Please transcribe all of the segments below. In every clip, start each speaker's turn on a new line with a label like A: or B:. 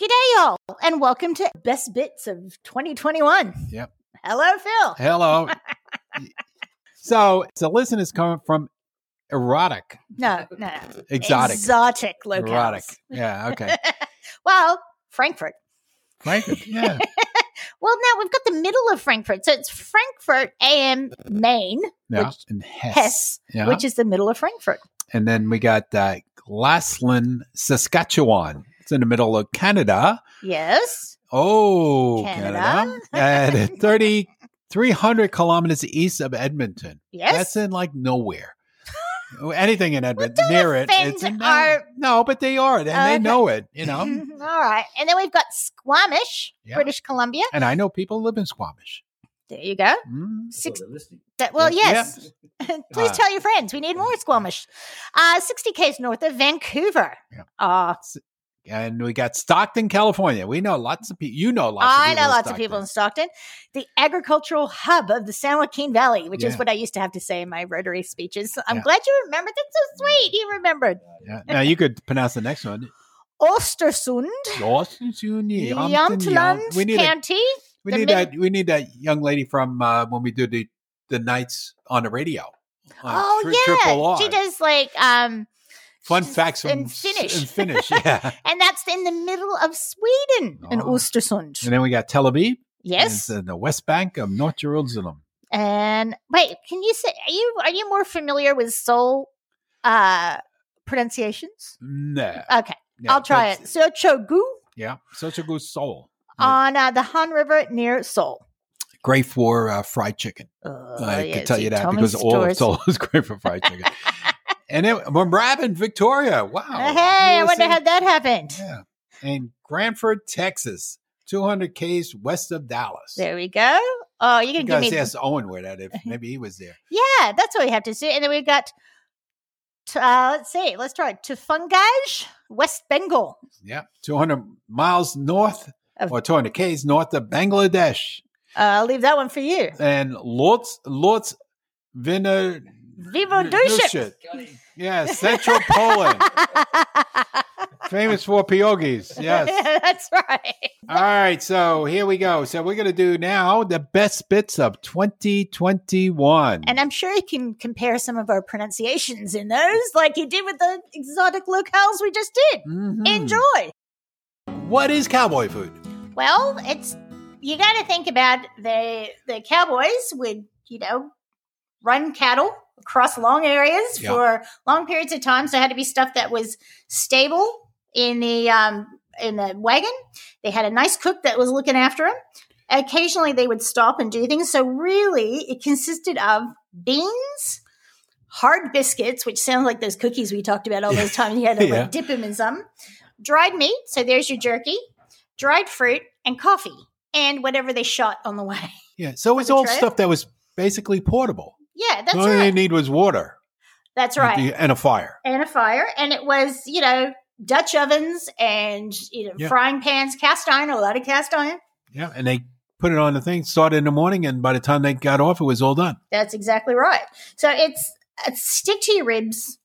A: G'day, y'all, and welcome to Best Bits of 2021.
B: Yep.
A: Hello, Phil.
B: Hello. so the listen is coming from erotic,
A: No, no, no.
B: exotic,
A: Exotic locales.
B: erotic. Yeah. Okay.
A: well, Frankfurt.
B: Frankfurt. Yeah.
A: Well, now we've got the middle of Frankfurt. So it's Frankfurt AM Main,
B: Yeah.
A: Which-
B: and Hess.
A: Hess,
B: Yeah.
A: which is the middle of Frankfurt.
B: and then we got uh, Glasslyn, Saskatchewan. It's in the middle of Canada.
A: Yes.
B: Oh,
A: Canada.
B: Canada. and 30, 300 kilometers east of Edmonton.
A: Yes.
B: That's in like nowhere. Anything in Edmonton
A: don't
B: near it,
A: offend
B: it's in
A: our-
B: no, but they are, and
A: Okay.
B: they know it, you know.
A: All right. And then we've got Squamish,
B: Yeah.
A: British Columbia.
B: and I know people live in Squamish.
A: There you go.
B: Mm.
A: Six, that, well,
B: Yeah.
A: yes. Please
B: Uh,
A: tell your friends. We need more Squamish. Uh, 60 Ks north of Vancouver.
B: Yeah.
A: Uh,
B: And we got Stockton, California. We know lots of people. You know
A: I
B: lots. of people
A: know
B: in
A: lots of people in
B: Stockton.
A: Stockton. The agricultural hub of the San Joaquin Valley, which is
B: Yeah.
A: what I used to have to say in my Rotary speeches. I'm
B: Yeah.
A: glad you remembered. That's so sweet. You remembered.
B: Yeah. Now you could pronounce the next one.
A: Ostersund,
B: Yamtland.
A: Jamtland
B: We need a
A: County.
B: We
A: The
B: need
A: mid-
B: that. We need that young lady from uh, when we do the the nights on the radio. on
A: oh,
B: tri- Triple
A: yeah.
B: R.
A: She does like, um,
B: fun
A: she's
B: facts
A: in
B: and
A: Finnish.
B: In Finnish, yeah.
A: and that's in the middle of Sweden in
B: Oh.
A: Ostersund.
B: and then we got Tel Aviv.
A: yes.
B: and it's in the West Bank of North Jerusalem.
A: And wait, can you say are you are you more familiar with soul uh pronunciations?
B: No,
A: Okay,
B: Uh, Yeah,
A: Uh, I'll try it.
B: that's-
A: Sochogu
B: Yeah, such a good soul. Yeah.
A: on uh, the Han River near Seoul.
B: Great for uh, fried chicken.
A: Uh,
B: I
A: yeah,
B: can tell
A: see,
B: you that
A: Tommy's
B: because all of
A: stores.
B: Seoul is great for fried chicken. and then Merab in Victoria. Wow.
A: Uh, hey, I
B: USA.
A: wonder how that happened.
B: Yeah, and Granford, Texas, 200 k's west of Dallas.
A: There we go. Oh, you
B: You
A: can give
B: guys
A: me
B: asked Owen where that if maybe he was there.
A: yeah. That's what we have to see. And then we've got t- uh, let's see, let's try Tufungaj, West Bengal.
B: Yeah, 200 miles north
A: Of-
B: or 200 k's north of Bangladesh
A: Uh, I'll leave that one for you.
B: and Lords Lords Viner.
A: Vivo Dushik.
B: Yeah, Central Poland, famous for pierogies. Yes.
A: that's right.
B: All right, so here we go. So we're going to do now the best bits of 2021.
A: And I'm sure you can compare some of our pronunciations in those, like you did with the exotic locales we just did.
B: Mhm.
A: Enjoy.
B: What is cowboy food?
A: Well, it's you got to think about the the cowboys would you know run cattle across long areas
B: Yeah.
A: for long periods of time, so it had to be stuff that was stable in the um, in the wagon. They had a nice cook that was looking after them. Occasionally, they would stop and do things. So really, it consisted of beans. Hard biscuits, which sounds like those cookies we talked about all those times. You had to like,
B: Yeah.
A: dip them in some. Dried meat, so there's your jerky dried fruit, and coffee, and whatever they shot on the way.
B: Yeah, so it's
A: the
B: all
A: trail?
B: stuff that was basically portable.
A: Yeah, that's
B: the only thing you
A: right.
B: need was water
A: That's right.
B: and- and a fire.
A: And a fire, and it was you know Dutch ovens and you know
B: Yeah.
A: frying pans, cast iron, a lot of cast iron.
B: Yeah, and they put it on the thing, started in the morning, and by the time they got off, it was all done.
A: That's exactly right. So it's, it's stick to your ribs,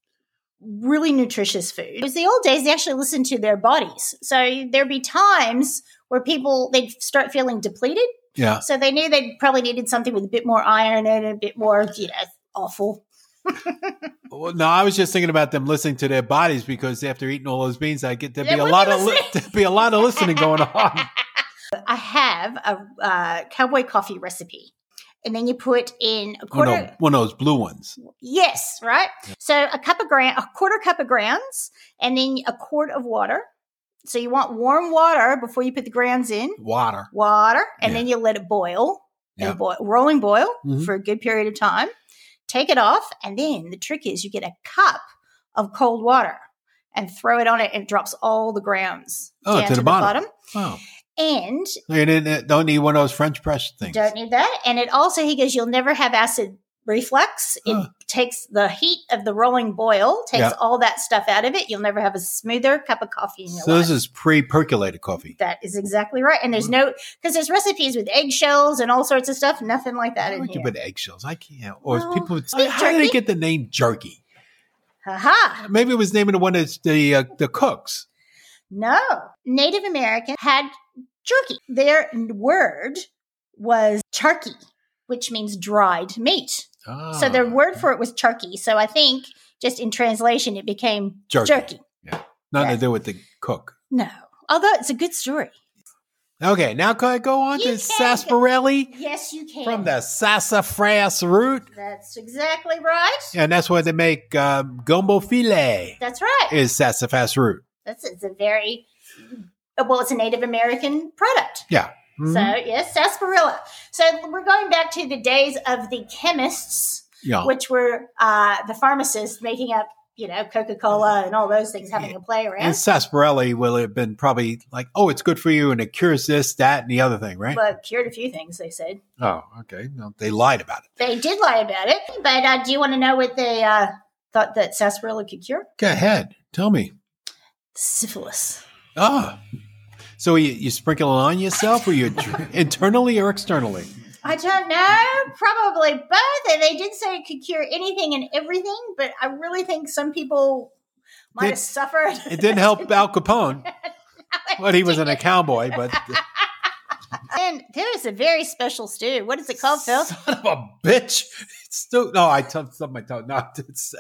A: really nutritious food. It was the old days, they actually listened to their bodies. So there'd be times where people, they'd start feeling depleted.
B: Yeah,
A: So they knew they probably needed something with a bit more iron and a bit more, you know, awful.
B: Well, no, I was just thinking about them listening to their bodies because after eating all those beans, I get there'd
A: They
B: be a
A: wouldn't
B: lot
A: be
B: of li-
A: listening.
B: there'd be a lot of listening going on.
A: I have a uh, cowboy coffee recipe, and then you put in a
B: Oh,
A: quarter.
B: no, one of those blue ones.
A: Yes, right. So a cup of ground, a quarter cup of grounds, and then a quart of water. So you want warm water before you put the grounds in.
B: Water.
A: Water, and
B: Yeah.
A: then you let it boil,
B: Yeah.
A: and boil, rolling boil
B: Mhm.
A: for a good period of time. Take it off, and then the trick is you get a cup of cold water and throw it on it, and it drops all the grounds
B: Oh,
A: down
B: to the bottom. Oh,
A: And
B: so you didn't, eh, don't need one of those French press things.
A: Don't need that. And it also, he goes, you'll never have acid reflux. It
B: Huh.
A: takes the heat of the rolling boil, takes
B: Yeah.
A: all that stuff out of it. You'll never have a smoother cup of coffee in your
B: So Hmm.
A: life.
B: this is pre-percolated coffee.
A: that is exactly right. And there's no, because there's recipes with eggshells and all sorts of stuff, nothing like that
B: I
A: in
B: like to
A: here.
B: put eggshells. I can't. Or
A: Well,
B: people. Would,
A: speak
B: how did they
A: jerky.
B: get the name jerky?
A: Haha.
B: Maybe it was naming the one that's the uh, the cooks.
A: No, Native American had jerky. Their word was charky, which means dried meat.
B: Ah,
A: So their word for it was turkey. So I think just in translation, it became
B: Jerky.
A: jerky.
B: nothing to do with the cook.
A: No, although it's a good story.
B: Okay, now can I go on
A: You
B: to
A: can-
B: sarsaparilla
A: Yes, you can.
B: from the sassafras root,
A: That's exactly right.
B: and that's where they make um, gumbo filet.
A: That's right.
B: Is sassafras root?
A: That's it's a very well, it's a Native American product.
B: Yeah. Mhm.
A: So yes, sarsaparilla. So we're going back to the days of the chemists,
B: yeah.
A: which were uh, the pharmacists making up, you know, Coca Cola and all those things, having a play around.
B: And sarsaparilla will have been probably like, oh, it's good for you, and it cures this, that, and the other thing, right?
A: But cured a few things, they said.
B: oh, okay. No, they lied about it.
A: They did lie about it. But uh, do you want to know what they uh, thought that sarsaparilla could cure?
B: Go ahead, tell me.
A: Syphilis.
B: Ah, so you, you sprinkle it on yourself, or you internally or externally?
A: I don't know. Probably both. And they did say it could cure anything and everything, but I really think some people might
B: Did-
A: have suffered.
B: It didn't help Al Capone, but he wasn't a cowboy. But
A: and there is a very special stew. What is it called, Phil?
B: son of a bitch, it's still no. I t- stubbed my tongue. No, it's,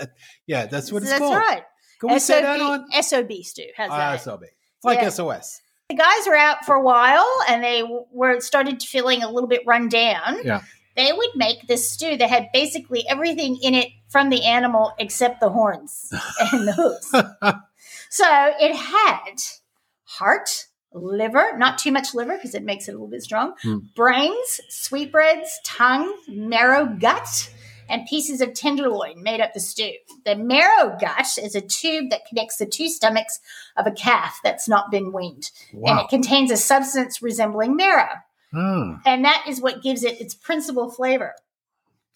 B: yeah, that's what it's
A: That's
B: called.
A: right.
B: Can we say that
A: SOB
B: on
A: SOB stew. How's
B: uh,
A: that?
B: SOB? It's like
A: Yeah.
B: SOS.
A: the guys were out for a while and they were started feeling a little bit run down.
B: Yeah.
A: They would make this stew that had basically everything in it from the animal except the horns and the hooves. so it had heart, liver, not too much liver because it makes it a little bit strong,
B: Hmm.
A: brains, sweetbreads, tongue, marrow gut, and pieces of tenderloin made up the stew. The marrow gut is a tube that connects the two stomachs of a calf that's not been weaned. And
B: Wow.
A: it contains a substance resembling marrow.
B: Hmm.
A: And that is what gives it its principal flavor.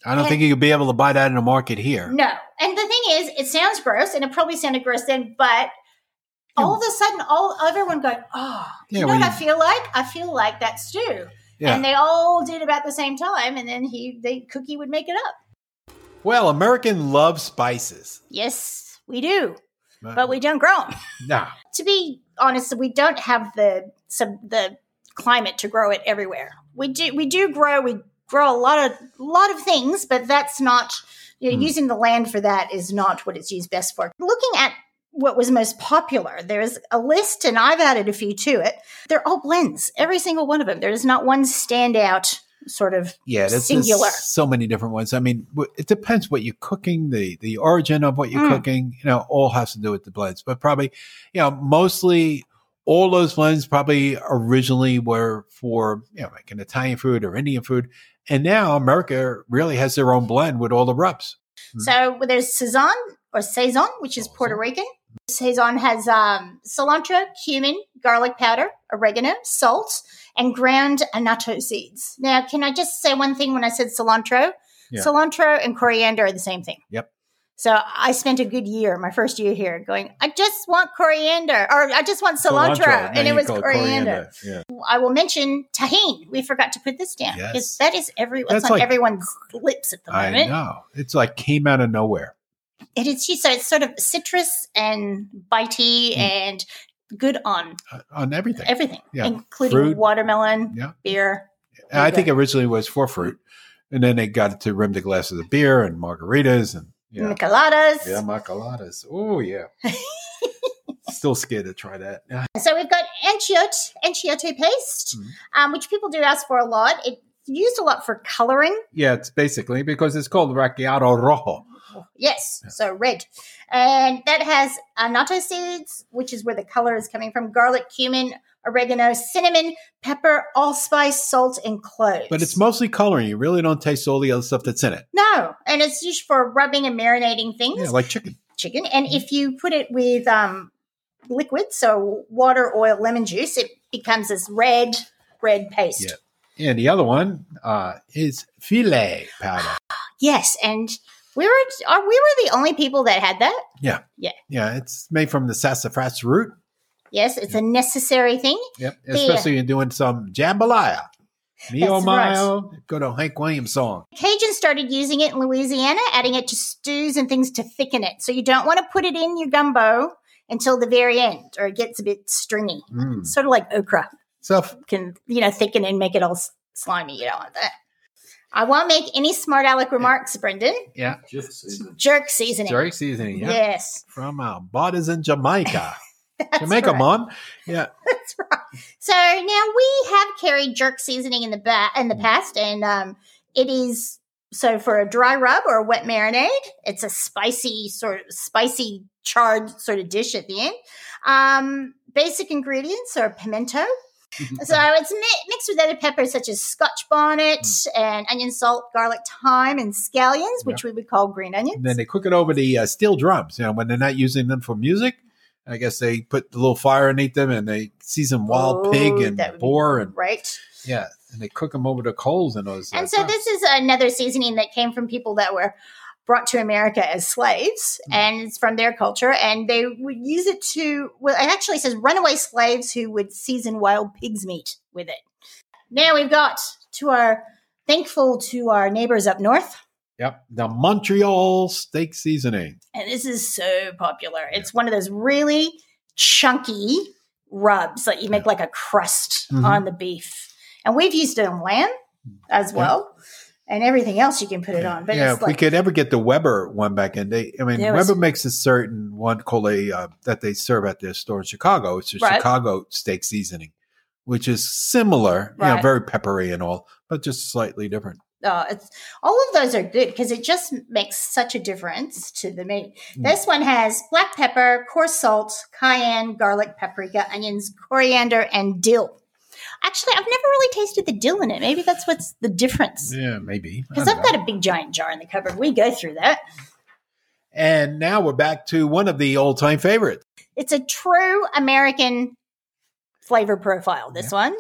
B: I don't think you could be able to buy that in the market here.
A: No. And the thing is, it sounds gross and it probably sounded gross then, but all of a sudden, all everyone going, oh,
B: Yeah,
A: you know
B: well,
A: what I
B: you-
A: feel like? I feel like that stew.
B: Yeah.
A: And they all did about the same time. And then he, the cookie would make it up.
B: Well, American love spices,
A: Yes, we do,
B: Uh-huh.
A: but we don't grow 'em.
B: nah.
A: to be honest, we don't have the some, the climate to grow it everywhere. We do we do grow we grow a lot of lot of things, but that's not you know,
B: Hmm.
A: using the land for that is not what it's used best for. Looking at what was most popular, there's a list, and I've added a few to it. They're all blends, every single one of them. There is not one standout sort of
B: Yeah, that's
A: Singular.
B: There's so many different ones. I mean, w- it depends what you're cooking, the the origin of what you're
A: Mm.
B: cooking. You know, all has to do with the blends, but probably, you know, mostly all those blends probably originally were for you know like an Italian food or Indian food, and now America really has their own blend with all the rubs. Hmm.
A: So there's Saison or Saison, which is Puerto Rican. Saison has um, cilantro, cumin, garlic powder, oregano, salt, and ground annatto seeds. Now, can I just say one thing when I said cilantro?
B: Yeah.
A: Cilantro and coriander are the same thing.
B: Yep.
A: So I spent a good year, my first year here, going, I just want coriander, or I just want cilantro.
B: Now
A: And it
B: you
A: was
B: call
A: coriander.
B: Yeah.
A: I will mention tahine. We forgot to put this down
B: Yes.
A: because that is every,
B: That's
A: it's on
B: like-
A: everyone's lips at the
B: I
A: moment.
B: know. It's like came out of nowhere.
A: It is cheese, so it's sort of citrus and bitey
B: Mm.
A: and good on
B: uh, On everything.
A: everything,
B: Yeah.
A: including
B: Fruit.
A: watermelon,
B: Yeah.
A: beer.
B: And I think originally it was for fruit, and then they got it to rim the glasses of beer and margaritas and
A: Mm,
B: yeah,
A: Micheladas.
B: yeah, macaladas. Oh yeah. Still scared to try that. Uh, Yeah.
A: So we've got enchilada, enchilada paste,
B: Mhm.
A: um, which people do ask for a lot. It's used a lot for coloring.
B: Yeah, it's basically because it's called racchiato rojo.
A: Yes, so red. And that has annatto seeds, which is where the color is coming from, garlic, cumin, oregano, cinnamon, pepper, allspice, salt, and cloves.
B: But it's mostly coloring. You really don't taste all the other stuff that's in it.
A: no, and it's used for rubbing and marinating things.
B: Yeah, like chicken.
A: chicken. And if you put it with um, liquid, so water, oil, lemon juice, it becomes this red, red paste.
B: Yeah. And the other one uh, is filet powder.
A: Yes, and we were are, we were the only people that had that.
B: Yeah, it's made from the sassafras root.
A: Yes, it's a necessary thing.
B: Yep. Especially when you're doing some jambalaya. Me oh
A: That's right.
B: my, go to Hank Williams song.
A: Cajuns started using it in Louisiana, adding it to stews and things to thicken it. So you don't want to put it in your gumbo until the very end, or it gets a bit stringy,
B: Mm.
A: sort of like okra
B: So f-
A: can you know thicken and make it all s- slimy. You don't want that. I won't make any smart aleck remarks, Brendan.
B: yeah,
C: Just season.
A: Jerk seasoning.
B: jerk seasoning. Yeah,
A: Yes.
B: from our bodies in Jamaica.
A: That's
B: Jamaica,
A: right.
B: mom.
A: That's right. So now we have carried jerk seasoning in the ba- in the past, and um, it is so for a dry rub or a wet marinade. It's a spicy sort of spicy charred sort of dish at the end. Um, basic ingredients are pimento.
B: Mm-hmm.
A: So it's mi- mixed with other peppers such as scotch bonnet
B: Hmm.
A: and onion salt, garlic, thyme, and scallions, which we would call green onions.
B: And then they cook it over the uh, steel drums. You know, when they're not using them for music, I guess they put a little fire underneath them and they season wild
A: Oh,
B: pig and
A: that would be
B: boar and
A: right.
B: yeah, and they cook them over the coals and those. uh,
A: And so
B: drums.
A: this is another seasoning that came from people that were brought to America as slaves,
B: Mm.
A: and it's from their culture, and they would use it to. Well, it actually says runaway slaves who would season wild pig's meat with it. Now we've got to our thankful to our neighbors up north,
B: Yep, the Montreal steak seasoning.
A: and this is so popular. It's one of those really chunky rubs that you make like a crust
B: Mhm.
A: on the beef, and we've used it on lamb as
B: Mm. Yeah.
A: well. And everything else you can put it on, but
B: yeah,
A: it's
B: if
A: like
B: we could ever get the Weber one back in, they I mean
A: There was-
B: Weber makes a certain one called a uh, that they serve at their store in Chicago. It's a
A: Right.
B: Chicago steak seasoning, which is similar, you know,
A: Right.
B: very peppery and all, but just slightly different.
A: uh, it's all of those are good because it just makes such a difference to the meat.
B: Mm.
A: This one has black pepper, coarse salt, cayenne, garlic, paprika, onions, coriander, and dill. Actually, I've never really tasted the dill in it. Maybe that's what's the difference.
B: Yeah, maybe. I
A: Because
B: don't
A: I've
B: know.
A: got a big giant jar in the cupboard. We go through that.
B: and now we're back to one of the old time favorites.
A: It's a true American flavor profile, this one.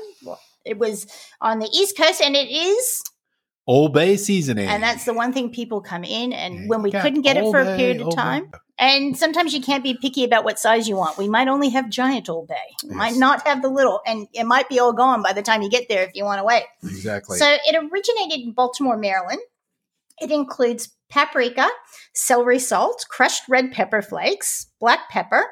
A: It was on the East Coast and it is
B: Old Bay seasoning.
A: And that's the one thing people come in and
B: Yeah,
A: when we
B: you got
A: couldn't get it
B: Old
A: for a
B: Bay,
A: period of
B: Old Bay.
A: time. And sometimes you can't be picky about what size you want. We might only have giant Old Bay. We Might
B: Yes.
A: not have the little and it might be all gone by the time you get there if you want to wait.
B: Exactly.
A: So it originated in Baltimore, Maryland. It includes paprika, celery salt, crushed red pepper flakes, black pepper,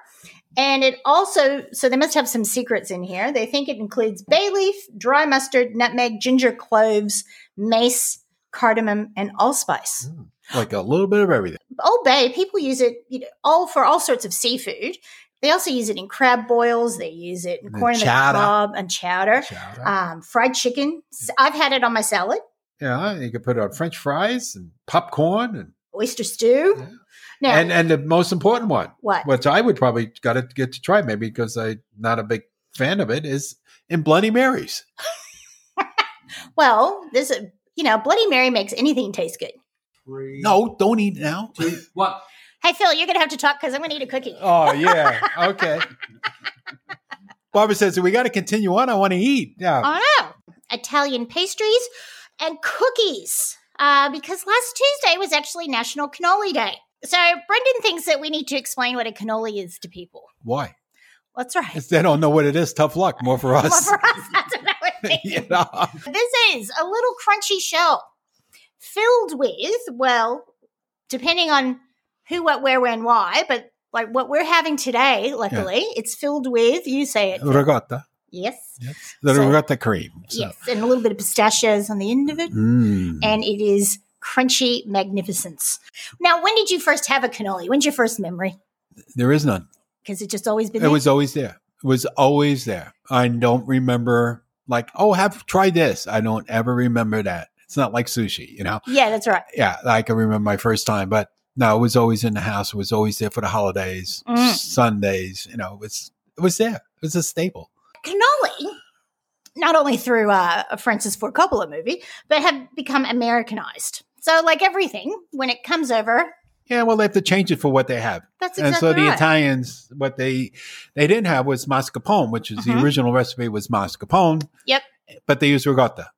A: and it also, so they must have some secrets in here. They think it includes bay leaf, dry mustard, nutmeg, ginger cloves, mace, cardamom, and allspice.
B: like a little bit of everything.
A: Old Bay, people use it you know, all for all sorts of seafood. They also use it in crab boils. They use it in
B: And
A: corn in the
B: chowder.
A: cob and chowder,
B: Chowder.
A: um, fried chicken. S- I've had it on my salad.
B: yeah, you could put it on French fries and popcorn and
A: oyster stew.
B: Yeah.
A: Now,
B: and, and the most important one.
A: what?
B: which I would probably got to get to try maybe because I'm not a big fan of it, is in Bloody Marys.
A: Well, this is, you know, Bloody Mary makes anything taste good.
C: Three,
B: No, don't eat now.
C: two, one.
A: Hey, Phil, you're going to have to talk because I'm going to eat a cookie.
B: Oh yeah, okay. Barbara says we got to continue on. I want to eat. Yeah,
A: Oh, no. Italian pastries and cookies. Uh, because last Tuesday was actually National Cannoli Day. So Brendan thinks that we need to explain what a cannoli is to people.
B: why?
A: That's right.
B: If they don't know what it is, tough luck. More for
A: Well,
B: us.
A: for us, that's what I would think.
B: you know?
A: This is a little crunchy shell filled with, well, depending on who, what, where, when, why, but like what we're having today, luckily, it's filled with, you say it.
B: Ricotta,
A: Yes.
B: yes. the
A: So-
B: ricotta cream. So.
A: Yes. And a little bit of pistachios on the end of it.
B: Mm.
A: And it is crunchy magnificence. Now, when did you first have a cannoli? When's your first memory?
B: There is none.
A: Because it's just always been
B: It
A: there.
B: was always there. It was always there. I don't remember like, oh, have tried this. I don't ever remember that. It's not like sushi, you know.
A: yeah, that's right.
B: yeah, I can remember my first time, but no, it was always in the house. It was always there for the holidays,
A: Mm.
B: Sundays. You know, it was it was there. It was a staple.
A: cannoli not only through uh, a Francis Ford Coppola movie, but have become Americanized. So, like everything, when it comes over,
B: Yeah, well, they have to change it for what they have,
A: that's
B: and
A: exactly
B: so the
A: right.
B: Italians, what they they didn't have was mascarpone, which is
A: Mhm.
B: the original recipe was mascarpone.
A: Yep.
B: but they used ricotta.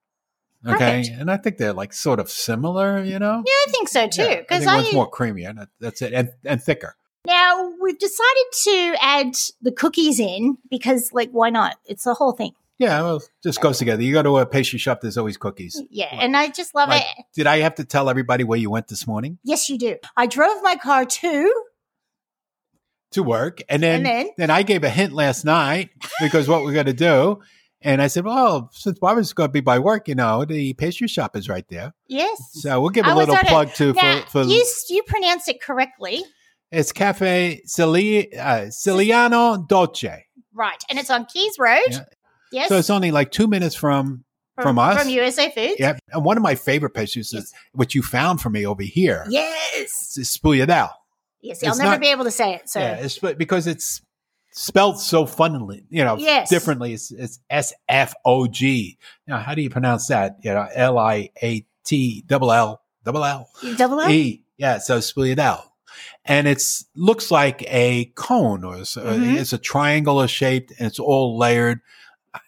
B: Okay,
A: Perfect.
B: and I think they're like sort of similar, you know.
A: yeah, I think so too.
B: I
A: Because
B: think
A: I,
B: one's more creamy, and that- that's it, and and thicker.
A: now we've decided to add the cookies in because, like, why not? It's the whole thing.
B: Yeah, well, just goes together. You go to a pastry shop, there's always cookies.
A: Yeah, and I just love
B: Like-
A: it.
B: Did I have to tell everybody where you went this morning?
A: Yes, you do. I drove my car to
B: to work. And then,
A: And
B: then
A: then?
B: I gave a hint last night because what we're going to do. And I said, well, since Barbara's going to be by work, you know, the pastry shop is right there.
A: Yes.
B: So we'll give a
A: I was
B: little
A: on it.
B: plug to
A: Now,
B: for, for
A: you, s- you pronounce it correctly,
B: it's Cafe Cili, uh, Ciliano Dolce.
A: right? And it's on Keys Road.
B: Yeah.
A: Yes,
B: So it's only like two minutes from from us?
A: from USA Foods.
B: yeah. And one of my favorite pastries is what you found for me over here.
A: Yes,
B: It's Spuyadel.
A: yes. I'll
B: It's
A: never
B: not-
A: be able to say it. So
B: Yeah, it's sp- because it's spelled so funnily, you know,
A: Yes.
B: differently. It's it's S F O G. Now, how do you pronounce that? You know, L I A T double L double L
A: You double L.
B: E. Yeah, so Spuyadel. And it's looks like a cone or it's,
A: Mhm.
B: it's a triangular shaped and it's all layered.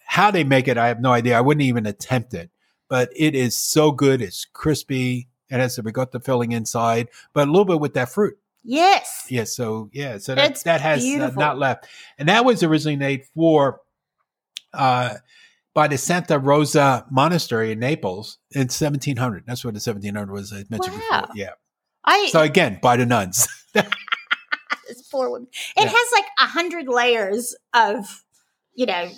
B: How they make it, I have no idea. I wouldn't even attempt it, but it is so good. It's crispy. It has the ricotta filling inside, but a little bit with that fruit.
A: Yes,
B: Yeah. So yeah. So that
A: It's
B: that has uh,
A: beautiful.
B: not left, and that was originally made for, uh, by the Santa Rosa Monastery in Naples in 1700. That's what the 1700 was. I mentioned
A: Wow.
B: before. Yeah.
A: I
B: So again, by the nuns.
A: this poor woman. It
B: Yeah.
A: has like a hundred layers of, you know,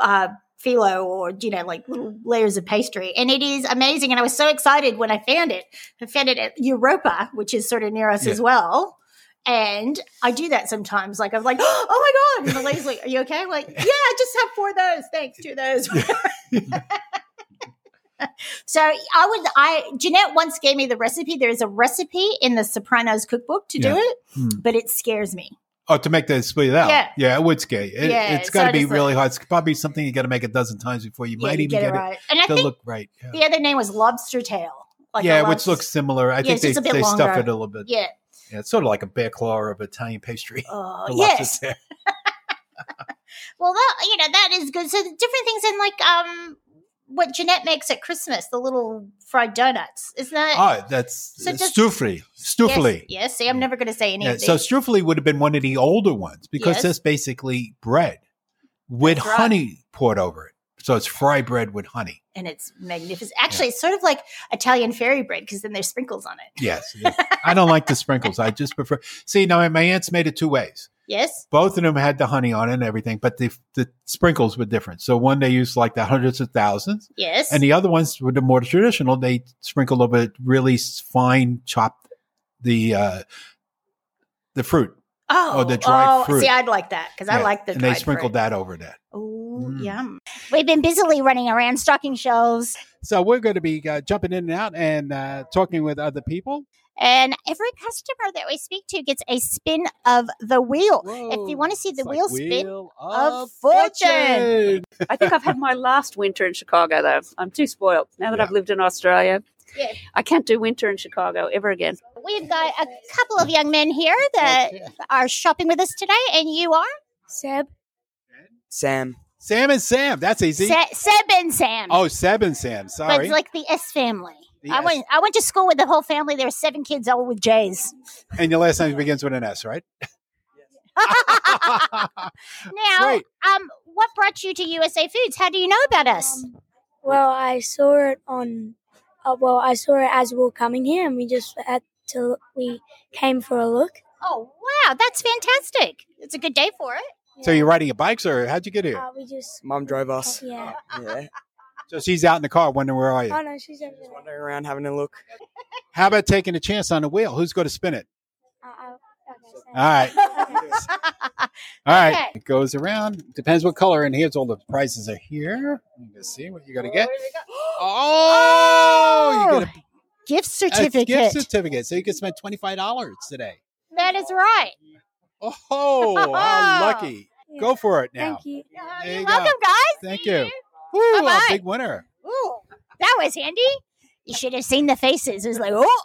A: uh, phyllo or you know, like little layers of pastry, and it is amazing. And I was so excited when I found it. I found it at Europa, which is sort of near us
B: Yeah.
A: as well. And I do that sometimes. Like I'm like, oh my god! And the lady's like, "Are you okay?" I'm like, yeah, I just have four of those. Thanks, two of those. so I would. I Jeanette once gave me the recipe. There is a recipe in the Sopranos cookbook to
B: Yeah.
A: do it
B: Hmm.
A: but it scares me.
B: Oh, to make the split it out.
A: Yeah.
B: it would scare you. It,
A: Yeah,
B: it's got to
A: so
B: be
A: does it.
B: really hard. It's probably something you got to make a dozen times before you
A: Yeah,
B: might
A: you
B: even get,
A: right. And I
B: it to
A: think
B: look right. Yeah,
A: the other name was lobster tail. Like a
B: yeah which
A: lobster-
B: looks similar. I
A: it's
B: think they,
A: just a bit
B: they stuff
A: longer.
B: it a little bit. Yeah.
A: Yeah.
B: it's sort of like a bear claw of Italian pastry.
A: Oh,
B: The lobster
A: yes.
B: tail.
A: Well, that you know that is good. So the different things in like um what Jeanette makes at Christmas, the little fried donuts, isn't that?
B: Oh, that's
A: So just-
B: Stufli. Stufli.
A: Yes, yes. See, I'm never going to say any
B: Yeah,
A: of these.
B: so strufoli would have been one of the older ones because
A: Yes.
B: that's basically bread with
A: That's right.
B: honey poured over it. So it's fry bread with honey.
A: and it's magnificent. Actually, it's sort of like Italian fairy bread because then there's sprinkles on it.
B: Yes. yes. I don't like the sprinkles. I just prefer. See, now my aunts made it two ways.
A: Yes.
B: Both of them had the honey on it and everything, but the, the sprinkles were different. So one they used like the hundreds of thousands,
A: Yes.
B: and the other ones were the more traditional. They sprinkled over it really s- fine chopped the uh, the fruit.
A: oh,
B: oh, the dried
A: oh,
B: fruit.
A: See, I'd like that because I
B: Yeah.
A: like the.
B: and
A: dried
B: they sprinkled
A: fruit.
B: that over that.
A: Oh,
B: Mm.
A: yum! We've been busily running around stocking shelves.
B: So we're going to be uh, jumping in and out and uh, talking with other people.
A: And every customer that we speak to gets a spin of the wheel. If you want to see the wheel spin, of fortune.
C: I think I've had my last winter in Chicago though. I'm too spoiled now that
B: Yeah.
C: I've lived in Australia.
A: Yeah.
C: I can't do winter in Chicago ever again.
A: we've got a couple of young men here that are shopping with us today, and you are
D: Seb. Sam.
B: Sam and Sam. That's easy.
A: Se- Seb and Sam.
B: Oh, Seb and Sam.
A: but
B: Sorry.
A: it's like the S family.
B: The
A: I
B: S.
A: went. I went to school with the whole family. There were seven kids, all with J's.
B: and your last name begins with an S, right?
A: now,
B: Great.
A: um, what brought you to USA Foods? How do you know about us?
D: Um, Well, I saw it on. Uh, well, I saw it as we were coming here, and we just had to. We came for a look.
A: Oh wow, that's fantastic! It's a good day for it.
B: So you're riding your bikes, or how'd you get here?
D: Uh, we just.
E: Mum drove us.
D: Yeah.
E: Yeah.
B: So she's out in the car wondering where are
A: uh,
D: Oh
B: you.
D: no, she's over
E: Just
D: there.
E: wandering around having a look.
B: How about taking a chance on the wheel? Who's going to spin it?
D: Uh, uh, okay, so-
B: All right. All right.
A: Okay.
B: It goes around. Depends what color. And here's all the prices are here. You can see what you're going to get. Oh, you get a
A: gift
B: a
A: certificate.
B: gift certificate. So you can spend twenty five dollars today.
A: that is right.
B: Oh, how lucky!
D: Yeah.
B: Go for it now.
D: Thank you.
B: There
A: You're
B: you go.
A: welcome, guys.
B: Thank
A: See
B: you. Woo, a
A: Bye-bye.
B: big winner.
A: Ooh, that was handy. You should have seen the faces. It was like, oh.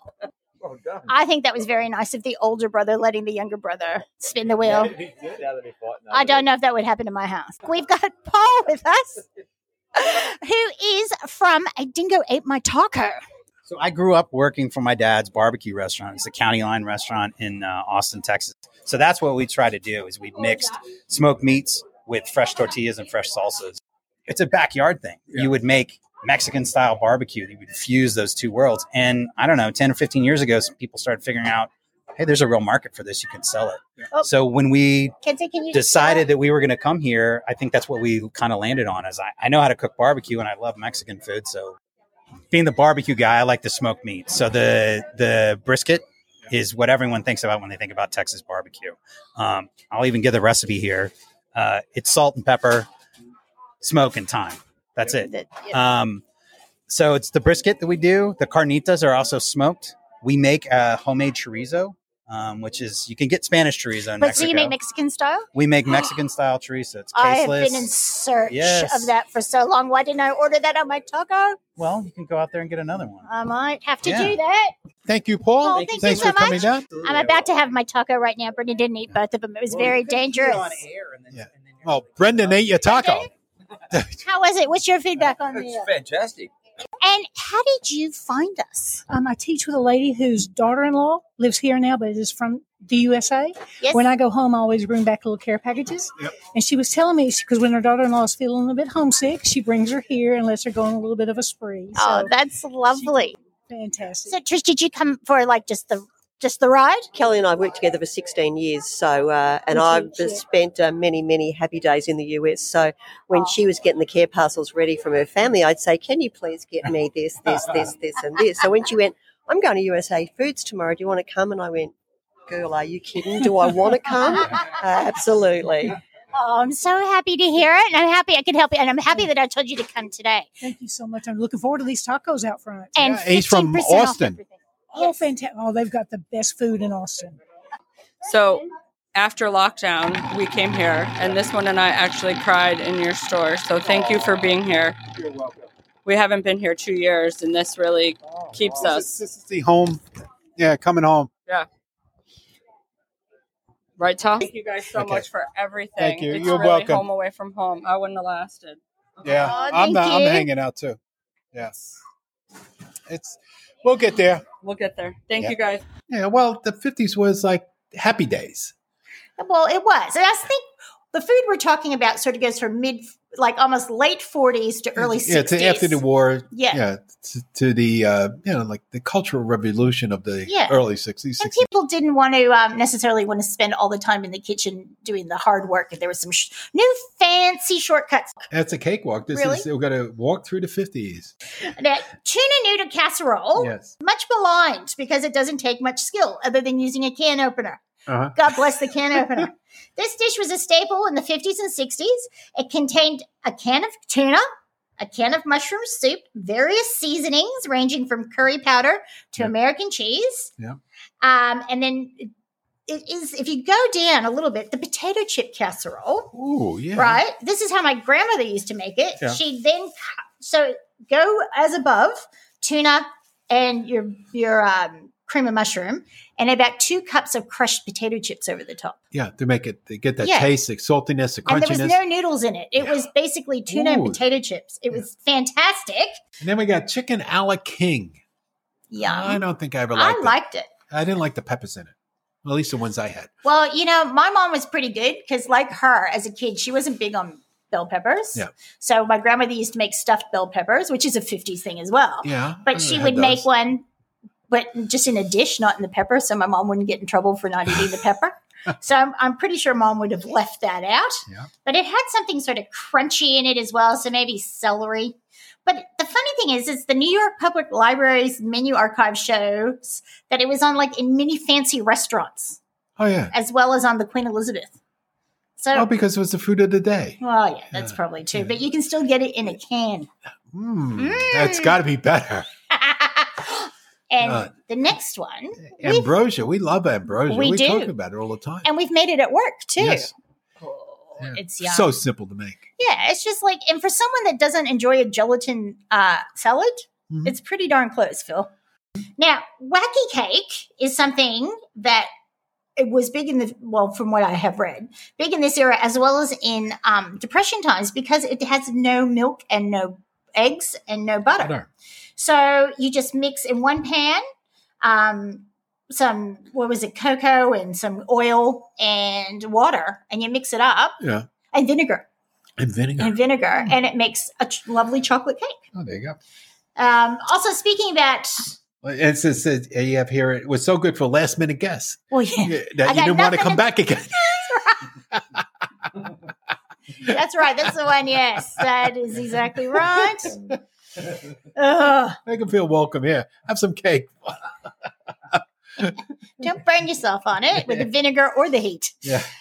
A: I think that was very nice of the older brother letting the younger brother spin the wheel. I don't know if that would happen in my house. We've got Paul with us, who is from A Dingo Ate My Taco.
F: So I grew up working for my dad's barbecue restaurant. It's a county line restaurant in uh, Austin, Texas. So that's what we try to do is we mixed smoked meats with fresh tortillas and fresh salsas. It's a backyard thing. You would make Mexican style barbecue. You would fuse those two worlds. And I don't know, 10 or 15 years ago, some people started figuring out hey, there's a real market for this. You can sell it.
A: Oh.
F: So when we
A: Kenzie, can you just- uh,
F: decided that we were going to come here, I think that's what we kind of landed on. Is I, I know how to cook barbecue and I love Mexican food, so being the barbecue guy, I like the smoked meat. So the the brisket is what everyone thinks about when they think about Texas barbecue. Um, I'll even give the recipe here. Uh, it's salt and pepper, smoke and thyme. That's it.
A: that- yeah.
F: Um, so it's the brisket that we do. The carnitas are also smoked. We make a homemade chorizo, um, which is you can get Spanish chorizo. In
A: but
F: Mexico.
A: so you make Mexican style?
F: We make Mexican style chorizo. It's
A: I have been in
F: caseless.
A: search
F: Yes.
A: of that for so long. Why didn't I order that on my taco?
F: well, you can go out there and get another one.
A: I might have to
F: Yeah.
A: do that.
B: Thank you, Paul.
A: Paul, thank you
B: Thanks
A: so
B: for coming
A: much.
B: down.
A: I'm about to have my taco right now. Brittany didn't eat both of them. It was very dangerous.
B: Yeah. Well, Oh, Brendan ate your taco.
A: How was it? What's your feedback on
E: It's
A: the?
E: fantastic.
A: And how did you find us?
G: Um, I teach with a lady whose daughter-in-law lives here now, but is from the USA.
A: Yes.
G: When I go home, I always bring back little care packages.
B: Yep.
G: And she was telling me because when her daughter-in-law is feeling a bit homesick, she brings her here and lets her go on a little bit of a spree.
A: oh,
G: So
A: that's lovely.
G: fantastic!
A: So Trish, did you come for like just the just the ride?
H: Kelly and I worked together for 16 years, so uh, and
G: That's
H: I've
G: really cute.
H: spent uh, many, many happy days in the US. So when she was getting the care parcels ready from her family, I'd say, "Can you please get me this, this, this, this, and this?" So when she went, "I'm going to USA Foods tomorrow. Do you want to come?" and I went, "Girl, are you kidding? Do I want to come? Uh, absolutely."
A: Oh, I'm so happy to hear it, and I'm happy I could help you, and I'm happy that I told you to come today.
G: Thank you so much. I'm looking forward to these tacos out front.
A: And
B: Yeah, he's from
A: 15% off
B: Austin.
A: everything.
G: Oh, fantastic! Oh, they've got the best food in Austin.
I: So after lockdown, we came here, and this one and I actually cried in your store. So thank you for being here.
E: You're welcome.
I: We haven't been here two years, and this really keeps
B: Oh,
I: us
B: Consistency home. Yeah, coming home.
I: right, Tom. Thank you guys so
B: Okay.
I: much for everything.
B: Thank you.
I: It's
B: You're
I: really
B: welcome.
I: Home away from home. I wouldn't have lasted.
B: Yeah,
A: Aw,
B: I'm
A: thank
B: not, I'm
A: you.
B: hanging out too. Yes, it's we'll get there.
I: We'll get there. Thank
B: Yeah.
I: you guys.
B: Yeah, well, the 50s was like happy days.
A: Well, it was. And I think the food we're talking about sort of goes from mid, like almost late 40s to early 60s.
B: yeah, to after the war.
A: Yeah.
B: to, to the uh, you know like the cultural revolution of the
A: Yeah.
B: early 60s.
A: And
B: 60s.
A: people didn't want to um, necessarily want to spend all the time in the kitchen doing the hard work. And there was some sh- new fancy shortcuts.
B: That's a cakewalk. This
A: Really?
B: is we're gonna walk through the 50s.
A: That tuna noodle casserole,
B: Yes.
A: much maligned because it doesn't take much skill other than using a can opener.
B: Uh-huh.
A: God bless the can opener. This dish was a staple in the 50s and 60s. It contained a can of tuna, a can of mushroom soup, various seasonings ranging from curry powder to
B: Yeah.
A: American cheese.
B: Yeah.
A: Um, and then it is, if you go down a little bit, the potato chip casserole,
B: Ooh, yeah.
A: right? This is how my grandmother used to make it.
B: Yeah.
A: She then, cu- so go as above, tuna and your, your, um, cream of mushroom and about two cups of crushed potato chips over the top
B: Yeah, to make it to get that
A: Yeah.
B: taste, the saltiness, the
A: and there was
B: crunchiness. And,
A: no noodles in it. It was basically tuna and
B: Ooh.
A: potato chips. It
B: Yeah.
A: was fantastic.
B: then we got chicken a la king. I
A: Yum.
B: don't think I ever
A: I
B: liked it.
A: liked it.
B: I didn't like the peppers in it. Well, at least the ones I had.
A: Well, you know, my mom was pretty good because, like her as a kid, she wasn't big on bell peppers.
B: Yeah.
A: So my grandmother used to make stuffed bell peppers, which is a 50s thing as well.
B: Yeah. I
A: But she
B: had
A: would make
B: those.
A: one, but just in a dish, not in the pepper. So my mom wouldn't get in trouble for not eating the pepper. So I'm, I'm pretty sure mom would have left that out.
B: Yeah.
A: But it had something sort of crunchy in it as well. So maybe celery. But the funny thing is, is the New York Public Library's menu archive shows that it was on like in many fancy restaurants
B: Oh yeah.
A: as well as on the Queen Elizabeth. So,
B: Oh, because it was the food of the day.
A: well, yeah, that's
B: Yeah.
A: probably true.
B: Yeah.
A: But you can still get it in a can.
B: Mm,
A: Mm.
B: That's got to be better.
A: and
B: Uh,
A: the next one,
B: Ambrosia. We love ambrosia.
A: We
B: We,
A: do.
B: talk about it all the time.
A: and we've made it at work too.
B: Yes.
A: Oh,
B: Yeah.
A: It's yum.
B: So simple to make.
A: yeah, it's just like, and for someone that doesn't enjoy a gelatin uh, salad,
B: Mhm.
A: it's pretty darn close, Phil. Now, wacky cake is something that it was big in the well, from what I have read, big in this era as well as in um, depression times because it has no milk and no eggs and no butter.
B: Butter.
A: So you just mix in one pan um, some, what was it, cocoa and some oil and water, and you mix it up
B: Yeah.
A: and vinegar
B: And vinegar.
A: and vinegar, and it makes a ch- lovely chocolate cake.
B: oh, there you go.
A: Um, also, speaking about
B: It's just that you have here. It was so good for last minute guests
A: Well, yeah,
B: that you
A: I got
B: didn't want to
A: nothing
B: come
A: to-
B: back again.
A: that's right. That's the one. Yes, that is exactly right. Ugh,
B: I can feel welcome here. Have some cake.
A: don't burn yourself on it with the vinegar or the heat.
B: Yeah.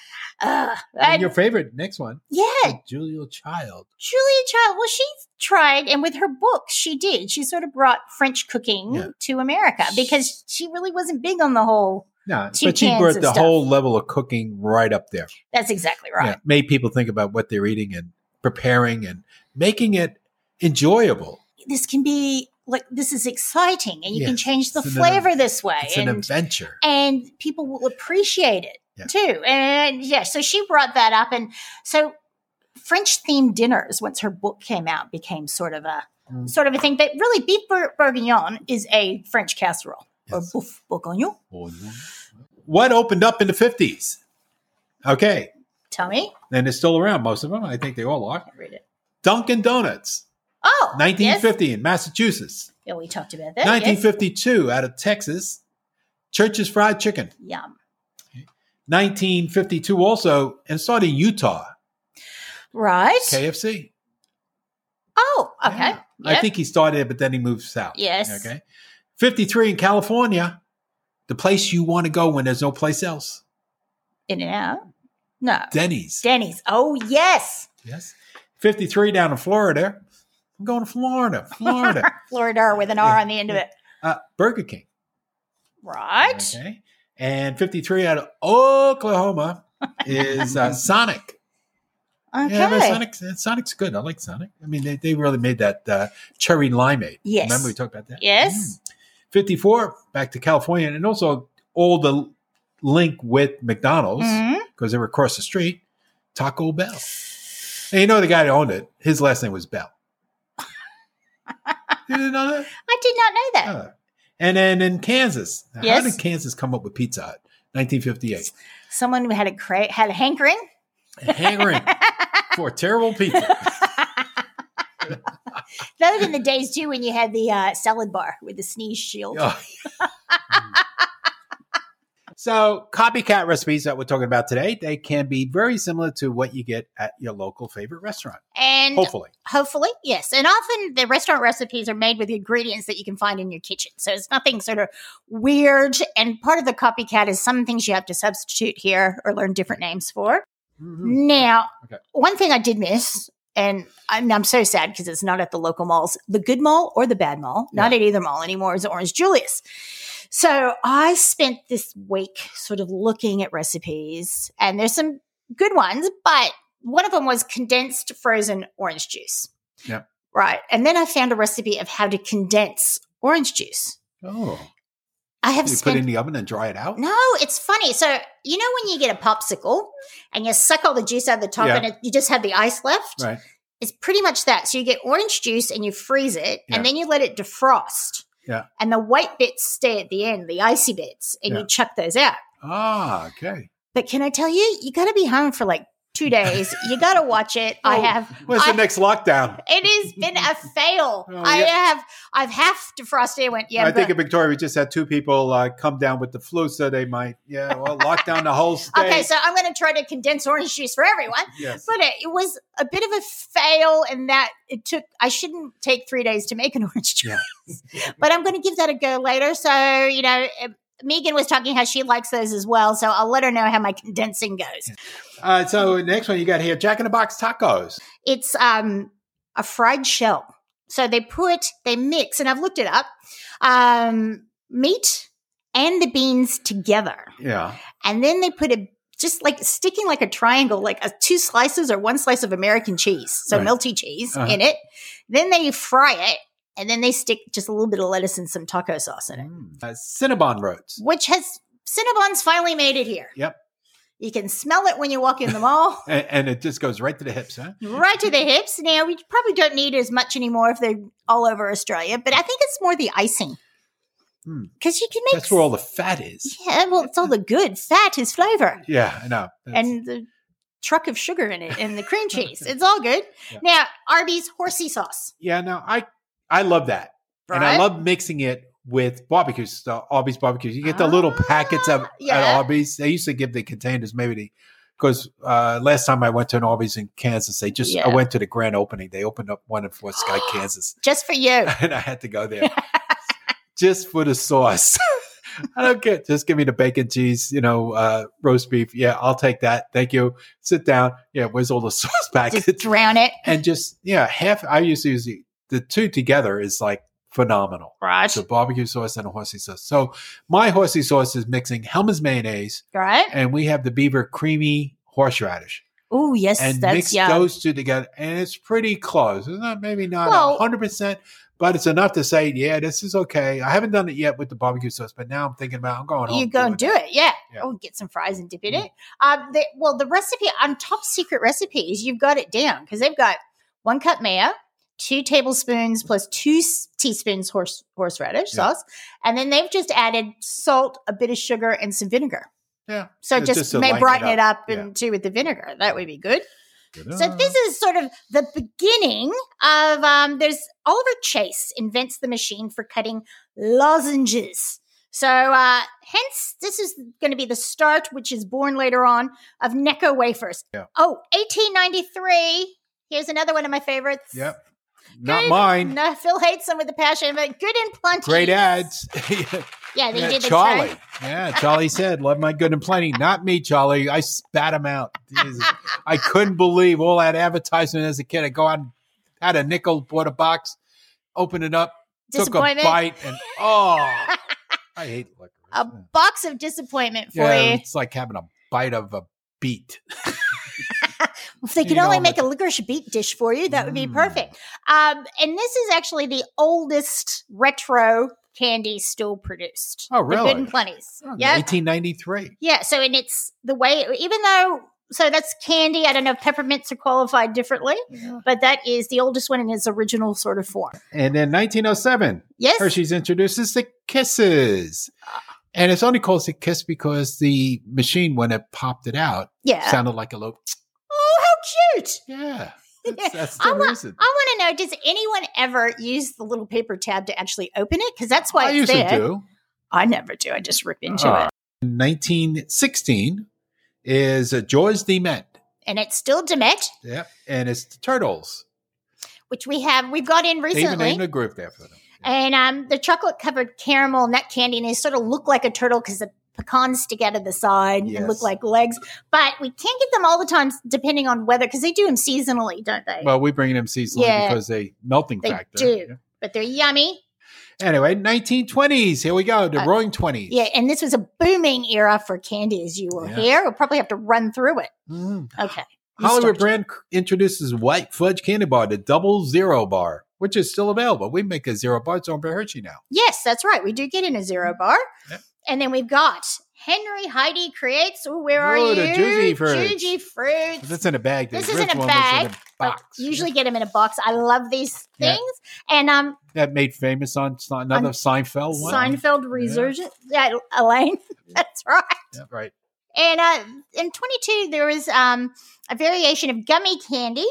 A: Ugh,
B: And
A: that-
B: your favorite next one,
A: yeah,
B: Julia Child.
A: Julia Child, well, she tried, and with her book, she did. She sort of brought French cooking
B: Yeah.
A: to America because she really wasn't big on the whole.
B: No,
A: Two
B: but she
A: cans
B: brought
A: of
B: the
A: stuff.
B: whole level of cooking right up there.
A: That's exactly
B: Yeah,
A: right.
B: made people think about what they're eating and preparing and making it enjoyable.
A: This can be like this is exciting, and you
B: Yeah.
A: can change the
B: It's an
A: flavor
B: event.
A: this way,
B: It's an
A: and
B: adventure.
A: and people will appreciate it
B: Yeah.
A: too. And yeah, so she brought that up, and so French themed dinners once her book came out became sort of a
B: Mm.
A: sort of a thing. But really, beef bour- bourguignon is a French casserole
B: Yes.
A: or bouffe bourguignon.
B: What opened up in the 50s? Okay.
A: Tell me,
B: And it's still around, most of them. I think they all are.
A: can't read it.
B: Dunkin' Donuts,
A: Oh,
B: 1950 in Massachusetts.
A: Eh, Yes. Yeah, we talked about that.
B: 1952 out of Texas. Church's Fried Chicken,
A: Yes. Yum.
B: 1952 also, and started Utah.
A: Right.
B: KFC.
A: Oh, okay.
B: Yeah. I
A: Yep.
B: think he started it, but then he moved south.
A: Yes.
B: Okay. 53 in California, the place you want to go when there's no place else.
A: In and out. No.
B: Denny's.
A: Denny's. Oh, yes.
B: yes. 53 down in Florida. I'm going to Florida. Florida.
A: Florida with an R on the end of it.
B: uh, Burger King.
A: Right.
B: Okay. And 53 out of Oklahoma is uh, Sonic.
A: Okay.
B: Yeah, but Sonic, Sonic's good. I like Sonic. I mean, they, they really made that uh, cherry limeade.
A: Yes.
B: Remember we talked about that?
A: Yes.
B: Mm. 54 back to California and also all the link with McDonald's
A: Mhm.
B: because they were across the street, Taco Bell. And you know the guy that owned it, his last name was Bell. you didn't know that?
A: I did not know that.
B: Oh. And then in Kansas, Now,
A: Yes.
B: how did Kansas come up with Pizza Hut? 1958.
A: Someone who had a cra- had a hankering.
B: Hankering for terrible pizza.
A: That would have been the days too when you had the uh, salad bar with the sneeze shield.
B: Oh. Mm. so copycat recipes that we're talking about today, they can be very similar to what you get at your local favorite restaurant.
A: And
B: Hopefully.
A: Hopefully, yes. And often the restaurant recipes are made with ingredients that you can find in your kitchen. So it's nothing sort of weird. And part of the copycat is some things you have to substitute here or learn different names for.
B: Mhm.
A: Now,
B: Okay.
A: one thing I did miss, and I'm, I'm so sad because it's not at the local malls, the good mall or the bad mall, not at either mall anymore, is Orange Julius. So I spent this week sort of looking at recipes, and there's some good ones, but one of them was condensed frozen orange juice.
B: Yep.
A: Right. And then I found a recipe of how to condense orange juice.
B: Oh.
A: I have
B: You put
A: spent
B: it in the oven and dry it out?
A: no, it's funny. So you know when you get a popsicle and you suck all the juice out of the top
B: Yeah.
A: and it, you just have the ice left?
B: Right.
A: It's pretty much that. So you get orange juice and you freeze it
B: Yeah.
A: and then you let it defrost.
B: Yeah.
A: And the white bits stay at the end, the icy bits, and
B: Yeah.
A: you chuck those out.
B: Ah, okay.
A: But can I tell you, you got to be home for like two days. you got to watch it. I
B: Oh,
A: have.
B: When's the
A: I-
B: next lockdown?
A: It has been a fail.
B: Oh,
A: I
B: yeah.
A: have. I've half defrosted. I went. Yeah,
B: I think
A: but-
B: in Victoria we just had two people uh, come down with the flu, so they might, yeah, well, lock down the whole state.
A: okay. So I'm going to try to condense orange juice for everyone.
B: yes.
A: But it, it was a bit of a fail in that it took, I shouldn't take three days to make an orange juice,
B: Yeah.
A: but I'm going to give that a go later. So, you know, eh, Megan was talking how she likes those as well. So I'll let her know how my condensing goes.
B: Uh, so next one you got here, Jack in the Box tacos.
A: It's um, a fried shell. So they put, they mix, and I've looked it up, um, meat and the beans together.
B: Yeah.
A: and then they put a just like sticking like a triangle, like a, two slices or one slice of American cheese, so
B: Right.
A: melty cheese
B: Uh-huh.
A: in it. Then they fry it, and then they stick just a little bit of lettuce and some taco sauce in it,
B: Mm. Uh, Cinnabon roads.
A: which has Cinnabon's finally made it here.
B: Yep.
A: You can smell it when you walk in the mall,
B: And, and it just goes right to the hips, huh?
A: right to the hips. Now we probably don't need as much anymore if they're all over Australia, but I think it's more the icing
B: Hmm.
A: because you can make
B: That's where all the fat is.
A: yeah, well, it's all the good fat is flavor.
B: Yeah, I know. That's-
A: and the truck of sugar in it and the cream cheese. It's all good.
B: Yeah.
A: Now, Arby's horsey sauce.
B: yeah, no, I I love that,
A: Right?
B: and I love mixing it with barbecues, the Arby's barbecues. You get the
A: Ah,
B: little packets of at
A: yeah.
B: Arby's. They used to give the containers, maybe they because uh, last time I went to an Arby's in Kansas, they just I
A: Yeah.
B: went to the grand opening. They opened up one in Fort Scott, Kansas,
A: Just for you.
B: and I had to go there just for the sauce. I don't care. Just give me the bacon, cheese, you know, uh, roast beef. Yeah, I'll take that. Thank you. Sit down. Yeah, where's all the sauce packets?
A: Just drown it.
B: and just yeah, half. I used to use the, the two together is like phenomenal.
A: Right.
B: So barbecue sauce and a horsey sauce. So my horsey sauce is mixing Hellman's mayonnaise,
A: Right.
B: and we have the Beaver creamy horseradish,
A: Oh yes,
B: and mix
A: that's yum.
B: those two together, and it's pretty close. It's not maybe
A: Well-
B: not hundred percent, but it's enough to say, yeah, this is okay. I haven't done it yet with the barbecue sauce, but now I'm thinking about I'm going home.
A: you go and do
B: doing
A: it, yeah.
B: Yeah. Mm-hmm.
A: Oh, get some fries and dip in it. Um, the, well, the recipe on top secret recipes, you've got it down because they've got one cup mayo, two tablespoons plus two s- teaspoons horse horseradish
B: Yeah.
A: sauce, and then they've just added salt, a bit of sugar, and some vinegar.
B: Yeah.
A: So
B: Yeah,
A: just,
B: just to
A: may
B: lighten it
A: brighten it
B: up.
A: up, and too with the vinegar. That would be good.
B: it.
A: So this is sort of the beginning of um, there's Oliver Chase invents the machine for cutting lozenges. So uh, hence this is going to be the start, which is born later on of Necco wafers.
B: Yeah.
A: Oh, 1893. Here's another one of my favorites.
B: Yep. Not
A: Good-
B: mine.
A: No, Phil hates them with a passion, but good and plenty.
B: Great ads.
A: Yeah, they
B: Yeah,
A: did the
B: Charlie.
A: turn.
B: Yeah, Charlie said, "Love my good and plenty." Not me, Charlie. I spat him out. Jesus. I couldn't believe all that advertisement as a kid. I go out, and had a nickel, bought a box, opened it up, took a
A: Disappointment.
B: bite, and oh, I hate liquor.
A: A box of disappointment for
B: yeah,
A: you.
B: it's like having a bite of a beat.
A: If they
B: You
A: could
B: know,
A: only
B: but-
A: make a licorice beet dish for you, that would be
B: Mm.
A: perfect. Um, and this is actually the oldest retro candy still produced.
B: Oh,
A: The
B: really? Oh,
A: Good and Plenties. yeah.
B: 1893.
A: Yeah. So, and it's the way, even though, so that's candy. I don't know if peppermints are qualified differently, but that is the oldest one in its original sort of form.
B: And then 1907,
A: Yes.
B: Hershey's introduces the kisses.
A: Ah.
B: And it's only called the kiss because the machine, when it popped it out,
A: Yeah.
B: sounded like a little
A: oh, how cute.
B: Yeah.
A: Yeah.
B: That's, that's
A: I
B: the
A: wa-
B: reason.
A: I want to know, does anyone ever use the little paper tab to actually open it? Because that's why
B: I
A: it's
B: usually
A: there.
B: do.
A: I never do. I just rip into
B: Uh,
A: it.
B: In 1916 is uh, George Dement.
A: And it's still Demet.
B: Yep. And it's the Turtles.
A: which we have we've got in
B: They even named
A: recently.
B: a group after them.
A: And um, the chocolate covered caramel nut candy, and they sort of look like a turtle because the pecans stick out of the side and
B: Yes.
A: look like legs. But we can't get them all the time, depending on weather, because they do them seasonally, don't they?
B: Well, we bring them seasonally
A: Yeah.
B: because they melting
A: They
B: factor.
A: do.
B: Yeah.
A: but they're yummy.
B: Anyway, 1920s. Here we go. The
A: Uh,
B: Roaring Twenties.
A: Yeah, and this was a booming era for candy, as you will
B: Yeah.
A: hear. We'll probably have to run through it.
B: Mm.
A: Okay. you
B: Hollywood
A: start.
B: brand c- introduces white fudge candy bar, the double zero bar, which is still available. We make a zero bar. It's on Hershey now.
A: Yes, that's right. We do get in a
B: Mm-hmm.
A: zero bar.
B: Yeah.
A: And then we've got Henry Heidi creates. Oh, where are
B: Oh,
A: you?
B: the Juicy Fruits.
A: Juicy Fruits.
B: That's in a bag. The
A: This is in
B: original
A: a
B: one was
A: bag,
B: in a
A: but
B: box.
A: Usually get them in a box. I love these
B: Yeah.
A: things. And um,
B: that made famous on s- another
A: On
B: Seinfeld one.
A: Seinfeld resurgence. Yeah, Elaine. That's right.
B: Yeah, right.
A: And uh, in 22, there was um, a variation of gummy candy,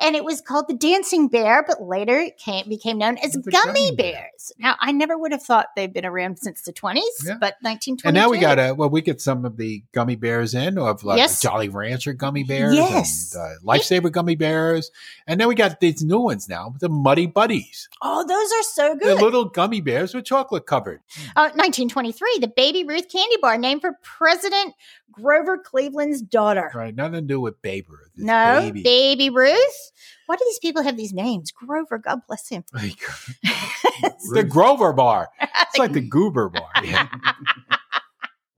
A: and it was called the Dancing Bear, but later it came, became known as
B: The
A: Gummy,
B: Gummy Bear.
A: Bears. Now, I never would have thought they've been around since the 20s,
B: Yeah.
A: but 1922.
B: And now we got a well, we get some of the gummy bears in, or of like
A: Yes.
B: the Jolly Rancher gummy bears,
A: Yes.
B: and, uh, Lifesaver gummy bears, and then we got these new ones now, the Muddy Buddies,
A: Oh, those are so
B: the
A: good.
B: little gummy bears with chocolate covered.
A: Uh, 1923, the Baby Ruth candy bar, named for President Grover Cleveland's daughter.
B: Right, nothing to do with Babe Ruth. It's
A: No,
B: baby.
A: baby. Ruth. Why do these people have these names? Grover, God bless him.
B: Like- the Grover bar. It's like the Goober bar. Yeah.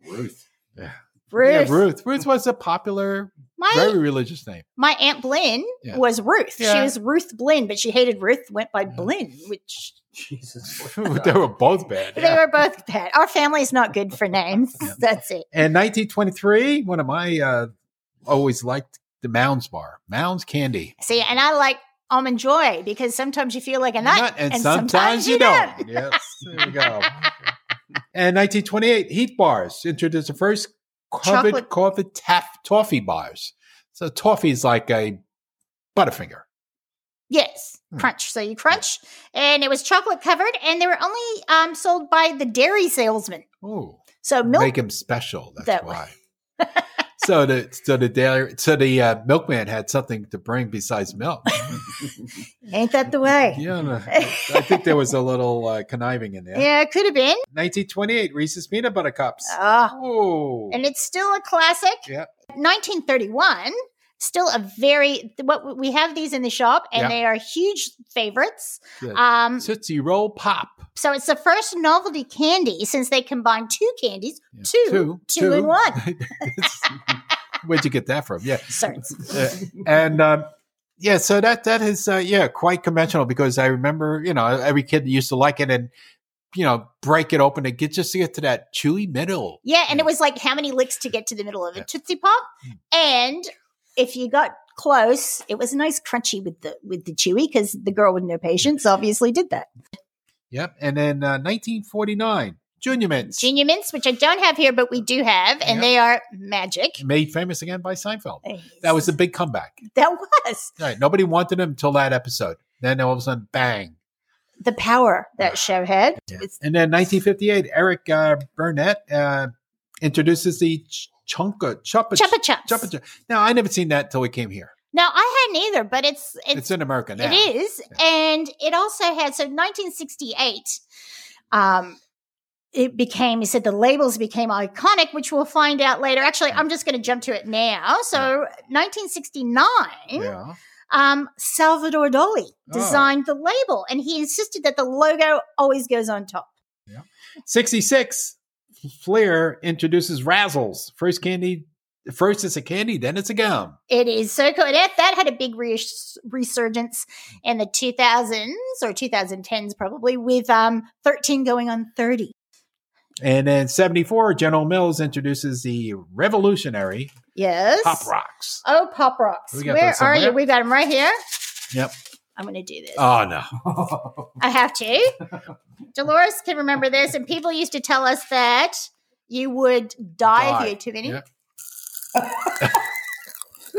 E: Ruth.
A: Ruth.
B: Yeah, Ruth. Ruth was a popular, very
A: My
B: religious name.
A: my aunt Blynn
B: Yeah.
A: was Ruth. She
B: Yeah.
A: was Ruth Blynn, but she hated Ruth. Went by Blynn, which
E: Jesus.
B: they were both bad.
A: they were both bad. Our family is not good for names. That's it.
B: And 1923, one of my uh, always liked the Mounds bar, Mounds candy.
A: See, and I like almond joy because sometimes you feel like a nut,
B: and, sometimes, you don't. yes, there we go. And 1928, Heat bars introduced the first covered
A: Chocolate.
B: covered taff toffee bars. So toffee is like a Butterfinger.
A: Yes,
B: Hmm.
A: crunch. So you crunch, and it was chocolate covered, and they were only um, sold by the dairy salesman.
B: Oh,
A: So milk
B: make him special. That's
A: That way.
B: why. so the so the dairy so the uh, milkman had something to bring besides milk.
A: ain't that the way?
B: yeah, no, I think there was a little uh, conniving in there.
A: Yeah, it could have been.
B: 1928 Reese's peanut butter cups.
A: Ah,
B: oh,
A: and it's still a classic.
B: Yep.
A: 1931, still a very what we have these in the shop, and
B: Yeah.
A: they are huge favorites.
B: Good.
A: Um,
B: Tootsie Roll Pop.
A: so it's the first novelty candy since they combined two candies,
B: Yeah.
A: two, two in one.
B: Where'd you get that from? Yeah.
A: Certs.
B: Uh, and um, yeah, so that that is uh, yeah quite conventional because I remember you know every kid used to like it and you know break it open and get just to get to that chewy middle.
A: Yeah, and it was like how many licks to get to the middle of a
B: Yeah. Mm.
A: Tootsie Pop, and if you got close, it was nice crunchy with the with the chewy because the girl with no patience obviously did that.
B: Yep. And then uh, 1949 Junior Mints
A: Junior mints, which I don't have here, but we do have, and
B: Yep.
A: they are magic.
B: made famous again by Seinfeld. That was a big comeback.
A: that was
B: Right. Nobody wanted them until that episode. Then all of a sudden, bang.
A: the power
B: Ah.
A: that show had. It's
B: And then 1958, Eric uh, Burnett uh, introduces the ch- chunka chupa
A: Chupa Chups.
B: chupa chup. Now I never seen that till we came here.
A: No, I hadn't either, but it's
B: It's,
A: it's,
B: in America now.
A: it is, and it also had so 1968. Um, it became he said the labels became iconic, which we'll find out later. Actually, I'm just going to jump to it now. So 1969.
B: Yeah.
A: um, Salvador Dali
B: Oh.
A: designed the label, and he insisted that the logo always goes on top.
B: 66, Flair introduces Razzles. First candy, first it's a candy, then it's a gum.
A: It is so cool. And that, that had a big reas resurgence in the 2000s or 2010s, probably, with um, 13 going on 30.
B: And then 74, General Mills introduces the revolutionary
A: Yes.
B: Pop Rocks.
A: Oh, Pop Rocks.
B: We got
A: Where
B: that
A: are
B: somewhere.
A: you? We got them right here.
B: Yep.
A: I'm going to do this.
B: Oh, no.
A: I have to. Dolores can remember this, and people used to tell us that you would die,
B: Die.
A: if you ate too many.
B: Yep.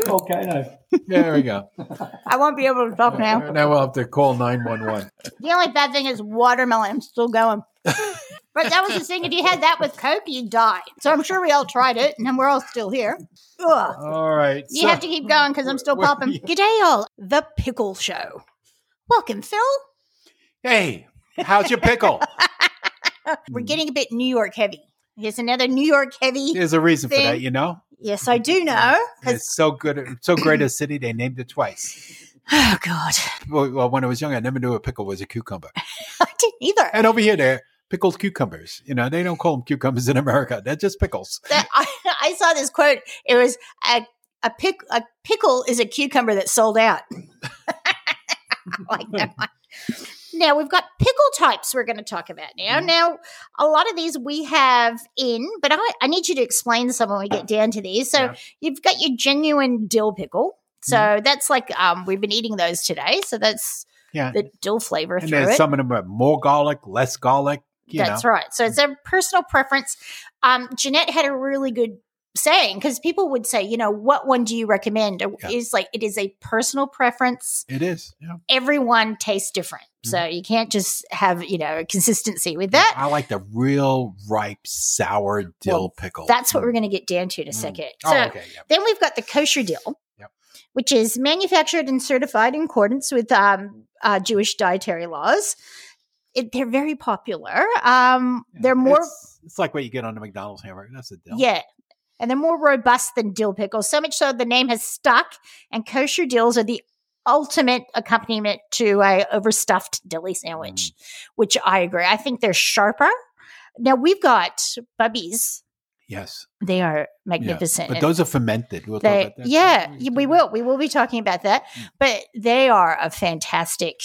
E: Volcano.
B: There we go.
A: I won't be able to talk now.
B: Now we'll have to call 911.
A: The only bad thing is watermelon. I'm still going. But that was the thing. If you had that with Coke, you'd die. So I'm sure we all tried it, and then we're all still here. Ugh.
B: All right.
A: You
B: so-
A: have to keep going because I'm still
B: We're-
A: popping. G'day, all. The Pickle Show. Welcome, Phil.
B: Hey, how's your pickle?
A: We're getting a bit New York heavy. Here's another New York heavy.
B: There's a reason for
A: Thing.
B: that, you know?
A: Yes, I do know. Because,
B: It's so good, so great a city, they named it twice.
A: oh, God.
B: Well, well, when I was young, I never knew a pickle was a cucumber.
A: I didn't either.
B: And over here, they're pickled cucumbers. You know, they don't call them cucumbers in America. They're just pickles.
A: That- I, I saw this quote. It was a, a, pick, a pickle is a cucumber that sold out. I like that one. Now we've got pickle types we're going to talk about now.
B: Mm-hmm.
A: Now, a lot of these we have in, but I, I need you to explain some when we get down to these. So
B: Yeah. Mm-hmm.
A: you've got your genuine dill pickle. So that's like um, we've been eating those today. So that's
B: Yeah.
A: the dill flavor
B: And
A: through
B: then
A: it.
B: some of them are more garlic, less garlic. You
A: That's
B: know. Mm.
A: right. So it's a personal preference. Um, Jeanette had a really good saying because people would say, you know, what one do you recommend?
B: Yeah.
A: Is like it is a personal preference.
B: It is. Yeah.
A: Everyone tastes different, so
B: Mm-hmm.
A: you can't just have you know a consistency with that.
B: I like the real ripe sour dill
A: Well,
B: pickle.
A: That's what we're going to get down to in a
B: Mm.
A: second.
B: Mm-hmm. Oh,
A: So
B: okay. Yeah.
A: then we've got the kosher dill,
B: Yep.
A: which is manufactured and certified in accordance with um, uh, Jewish dietary laws. It, they're very popular. Um, They're more
B: It's, it's like what you get on the McDonald's hamburger. That's a dill.
A: Yeah. And they're more robust than dill pickles, so much so the name has stuck, and kosher dills are the ultimate accompaniment to a overstuffed dilly sandwich,
B: Mm.
A: which I agree. I think they're sharper. Now we've got Bubbies.
B: Yes.
A: They are
B: Yeah.
A: magnificent.
B: But
A: and
B: those are fermented. We'll
A: they,
B: talk about that.
A: yeah, y- we will. We will be talking about that.
B: Mm.
A: But they are a fantastic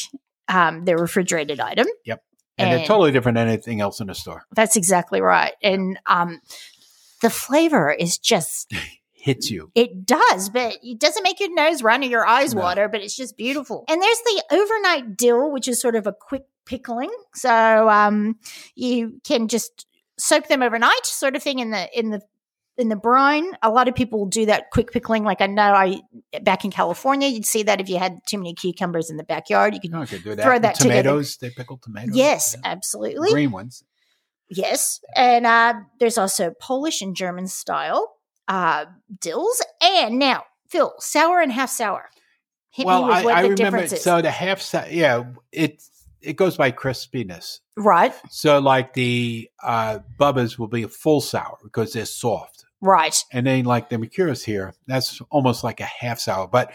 A: um, they're refrigerated item.
B: And they're
A: and-
B: totally different than anything else in the store.
A: That's exactly right. And um, the flavor is just
B: Hits you.
A: It does, but it doesn't make your nose run or your eyes
B: No.
A: water, but it's just beautiful. And there's the overnight dill, which is sort of a quick pickling. So um, you can just soak them overnight, sort of thing, in the in the in the brine. A lot of people will do that quick pickling. Like I know I back in California, you'd see that if you had too many cucumbers in the backyard, you could.
B: You know, I could do that.
A: Throw
B: And
A: that together.
B: tomatoes. They pickle tomatoes.
A: Yes,
B: Yeah.
A: absolutely.
B: green ones.
A: Yes. And uh, there's also Polish and German style uh, dills. And now, Phil, sour and half sour. Hit
B: well,
A: me with
B: I,
A: what
B: I
A: the
B: remember.
A: difference is.
B: So the half set, yeah, it it goes by crispiness.
A: right,
B: So like the uh, bubbas will be a full sour because they're soft,
A: right.
B: and then like the Mercurus here, that's almost like a half sour. But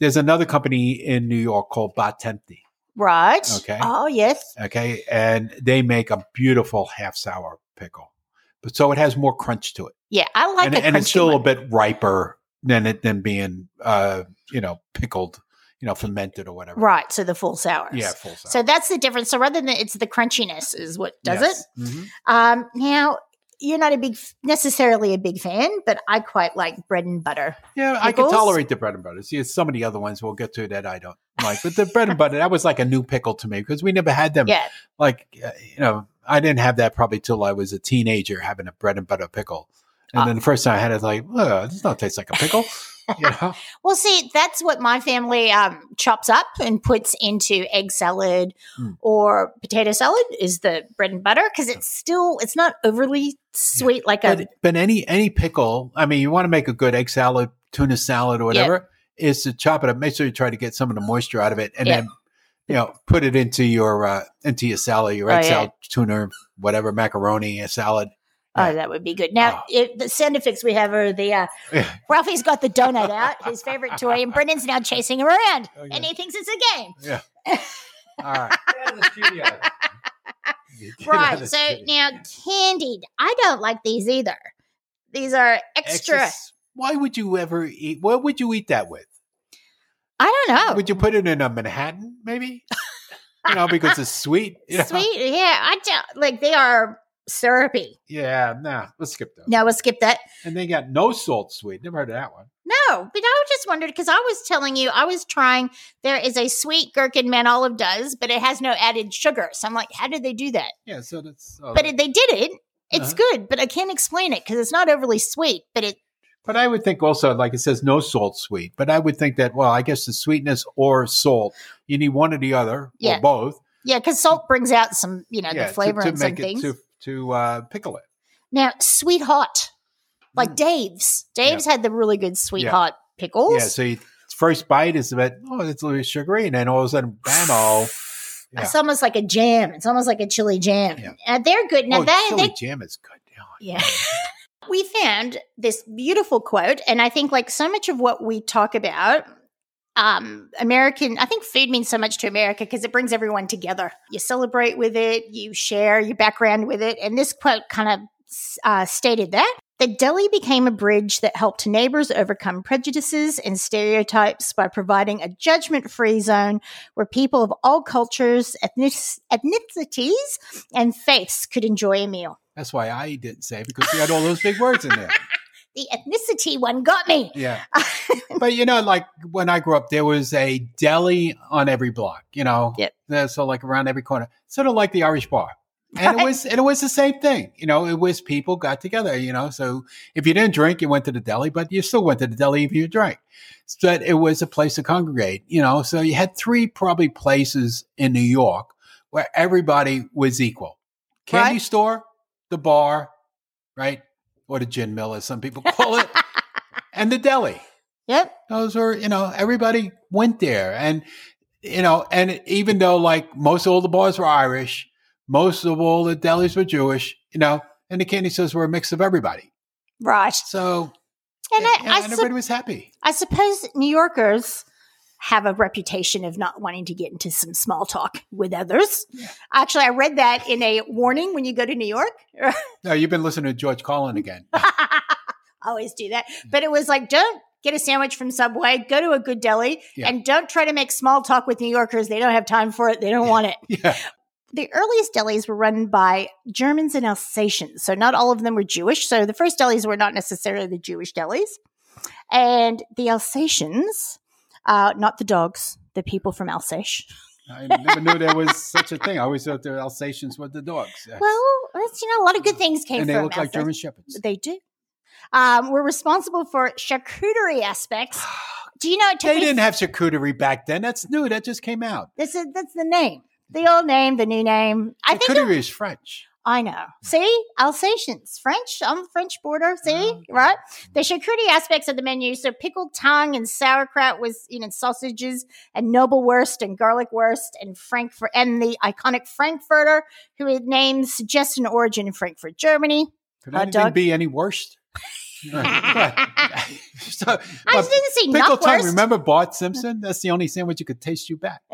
B: there's another company in New York called Batenti.
A: Right.
B: Okay.
A: Oh, yes.
B: Okay, and they make a beautiful half sour pickle, but so it has more crunch to it,
A: Yeah, I like
B: and,
A: the
B: and it's
A: crunchy
B: still
A: one.
B: a bit riper than it than being uh, you know pickled, you know fermented or whatever.
A: Right, so the full sours.
B: Yeah, full sour.
A: So that's the difference. So rather than it's the crunchiness is what does it.
B: it? hmm
A: Um, now you're not a big necessarily a big fan, but I quite like bread and butter.
B: Yeah, I can
A: Pickles?
B: tolerate the bread and butter. See, it's some of the other ones we'll get to that I don't like, but the bread and butter that was like a new pickle to me because we never had them.
A: Yeah,
B: Like uh, you know, I didn't have that probably till I was a teenager having a bread and butter pickle, and
A: Ah.
B: then the first time I had it, like Ugh, this don't taste like a pickle. you know,
A: Well, see, that's what my family um, chops up and puts into egg salad
B: Hmm.
A: or potato salad is the bread and butter because it's still it's not overly sweet like a
B: but, but any any pickle, I mean, you want to make a good egg salad, tuna salad, or whatever, is to chop it up. Make sure you try to get some of the moisture out of it, and
A: Yeah.
B: then you know put it into your uh, into your salad, your
A: Oh,
B: egg
A: yeah.
B: salad, tuna, whatever macaroni, a salad.
A: oh that would be good. Now
B: Oh.
A: it, the sound effects we have are the uh,
B: Yeah.
A: Ralphie's got the donut out, his favorite toy, and Brendan's now chasing him around,
B: Oh, yeah.
A: and he thinks it's a game.
B: All right.
E: Get out of the studio.
B: Get out of
A: Right.
B: the
A: So
B: studio.
A: now candied, I don't like these either. These are extra.
B: Excess- Why would you ever eat? What would you eat that with?
A: I don't know.
B: Would you put it in a Manhattan, maybe? you know, because it's sweet. you know?
A: Sweet, yeah. I don't like. They are syrupy.
B: Yeah, nah. Let's skip that.
A: No, we'll skip that.
B: And they got no salt sweet. Never heard of that one.
A: No, but I just wondered because I was telling you I was trying. There is a sweet gherkin man olive does, but it has no added sugar. So I'm like, how did they do that?
B: Yeah, so that's. Uh,
A: But if they did it. It's
B: Uh-huh.
A: good, but I can't explain it because it's not overly sweet. But it
B: but I would think also, like it says, no salt sweet. But I would think that, well, I guess the sweetness or salt, you need one or the other
A: Yeah.
B: or both.
A: yeah, because salt brings out some you know
B: yeah,
A: the flavor
B: to, to
A: and some
B: make
A: things.
B: it to to uh, pickle it.
A: Now, sweet hot, like
B: Mm.
A: Dave's. Dave's had the really good sweet
B: Yeah.
A: hot pickles.
B: Yeah, so you, first bite is a bit, oh, it's a little bit sugary, and then all of a sudden, bam, oh, yeah.
A: It's almost like a jam. It's almost like a chili jam.
B: Yeah.
A: And they're good. Now
B: oh,
A: they,
B: chili
A: they
B: jam is good. Yeah.
A: yeah. we found this beautiful quote, and I think like so much of what we talk about, um, American. I think food means so much to America because it brings everyone together. You celebrate with it. You share your background with it, and this quote kind of uh, stated that. The deli became a bridge that helped neighbors overcome prejudices and stereotypes by providing a judgment free zone where people of all cultures, ethnic- ethnicities, and faiths could enjoy a meal.
B: That's why I didn't say it, because you had all those big words in there.
A: The ethnicity one got me.
B: Yeah. But you know, like when I grew up, there was a deli on every block, you know?
A: Yep.
B: Yeah, So like around every corner, sort of like the Irish bar. And it
A: Right.
B: was, and it was the same thing, you know, it was people got together, you know, so if you didn't drink, you went to the deli, but you still went to the deli if you drank. So it was a place to congregate, you know, so you had three probably places in New York where everybody was equal. Candy
A: Right.
B: store, the bar, right? Or the gin mill, as some people call it, and the deli.
A: Yep.
B: Those were, you know, everybody went there. And, you know, and even though like most of all the bars were Irish, most of all the delis were Jewish, you know, and the candy stores were a mix of everybody.
A: Right.
B: So, eh,
A: And I,
B: yeah,
A: I, sup-
B: everybody was happy.
A: I suppose New Yorkers have a reputation of not wanting to get into some small talk with others. Actually, I read that in a warning when you go to New York.
B: No, you've been listening to George Collin again.
A: I always do that.
B: Mm.
A: But it was like, don't get a sandwich from Subway, go to a good deli,
B: Yeah.
A: and don't try to make small talk with New Yorkers. They don't have time for it, they don't want it.
B: yeah.
A: the earliest delis were run by Germans and Alsatians. So not all of them were Jewish. So the first delis were not necessarily the Jewish delis. And the Alsatians, uh, not the dogs, the people from Alsace.
B: I never knew there was such a thing. I always thought the Alsatians were the dogs.
A: Well, that's, you know, a lot of good things came
B: and
A: from
B: they look like
A: Alsace.
B: German shepherds.
A: They do. Um, we're responsible for charcuterie aspects. Do you know it took
B: They
A: me
B: didn't have charcuterie back then. That's new. That just came out.
A: This is that's the name. The old name, the new name. I think it-
B: Charcuterie is French.
A: I know. See, Alsatians, French on the French border. See, right? The charcuterie aspects of the menu. So pickled tongue and sauerkraut was you know sausages and noble wurst and garlic wurst and Frankfurt and the iconic Frankfurter, who it names suggests an origin in Frankfurt, Germany.
B: Could
A: Hot
B: anything
A: dog.
B: be any worse? Right. so,
A: I
B: but
A: just didn't see
B: pickle
A: knockwurst.
B: tongue. Remember Bart Simpson? That's the only sandwich you could taste you back.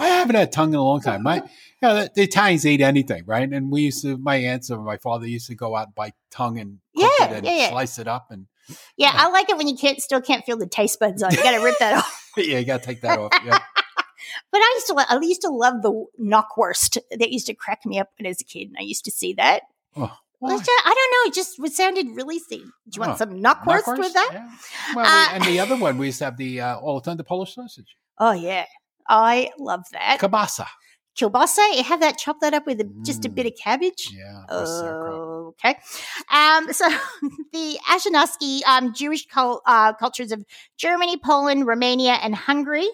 B: I haven't had tongue in a long time. My, you know, the, the Italians ate anything, right? And we used to, my aunts or my father used to go out and buy tongue and cook
A: Yeah,
B: it and
A: yeah, yeah.
B: slice it up, and
A: yeah, I like it when you can't still can't feel the taste buds on. You got to rip that off.
B: yeah, you got to take that off. Yeah.
A: But I used to, lo- I used to love the knockwurst. That used to crack me up when I was a kid, and I used to see that.
B: Oh,
A: Well, it's just- I don't know. It just was sounded really. See, do you want
B: Huh.
A: some knockwurst, with that?
B: Yeah. Well,
A: Uh,
B: we, and the other one we used to have the uh, all the time the Polish sausage,
A: Oh yeah, I love that.
B: kielbasa.
A: Kielbasa, you have that. Chop that up with a, just a
B: Mm.
A: bit of cabbage.
B: Yeah. with sauerkraut.
A: Oh, okay. Um, so the Ashkenazi um, Jewish cul- uh, cultures of Germany, Poland, Romania, and Hungary,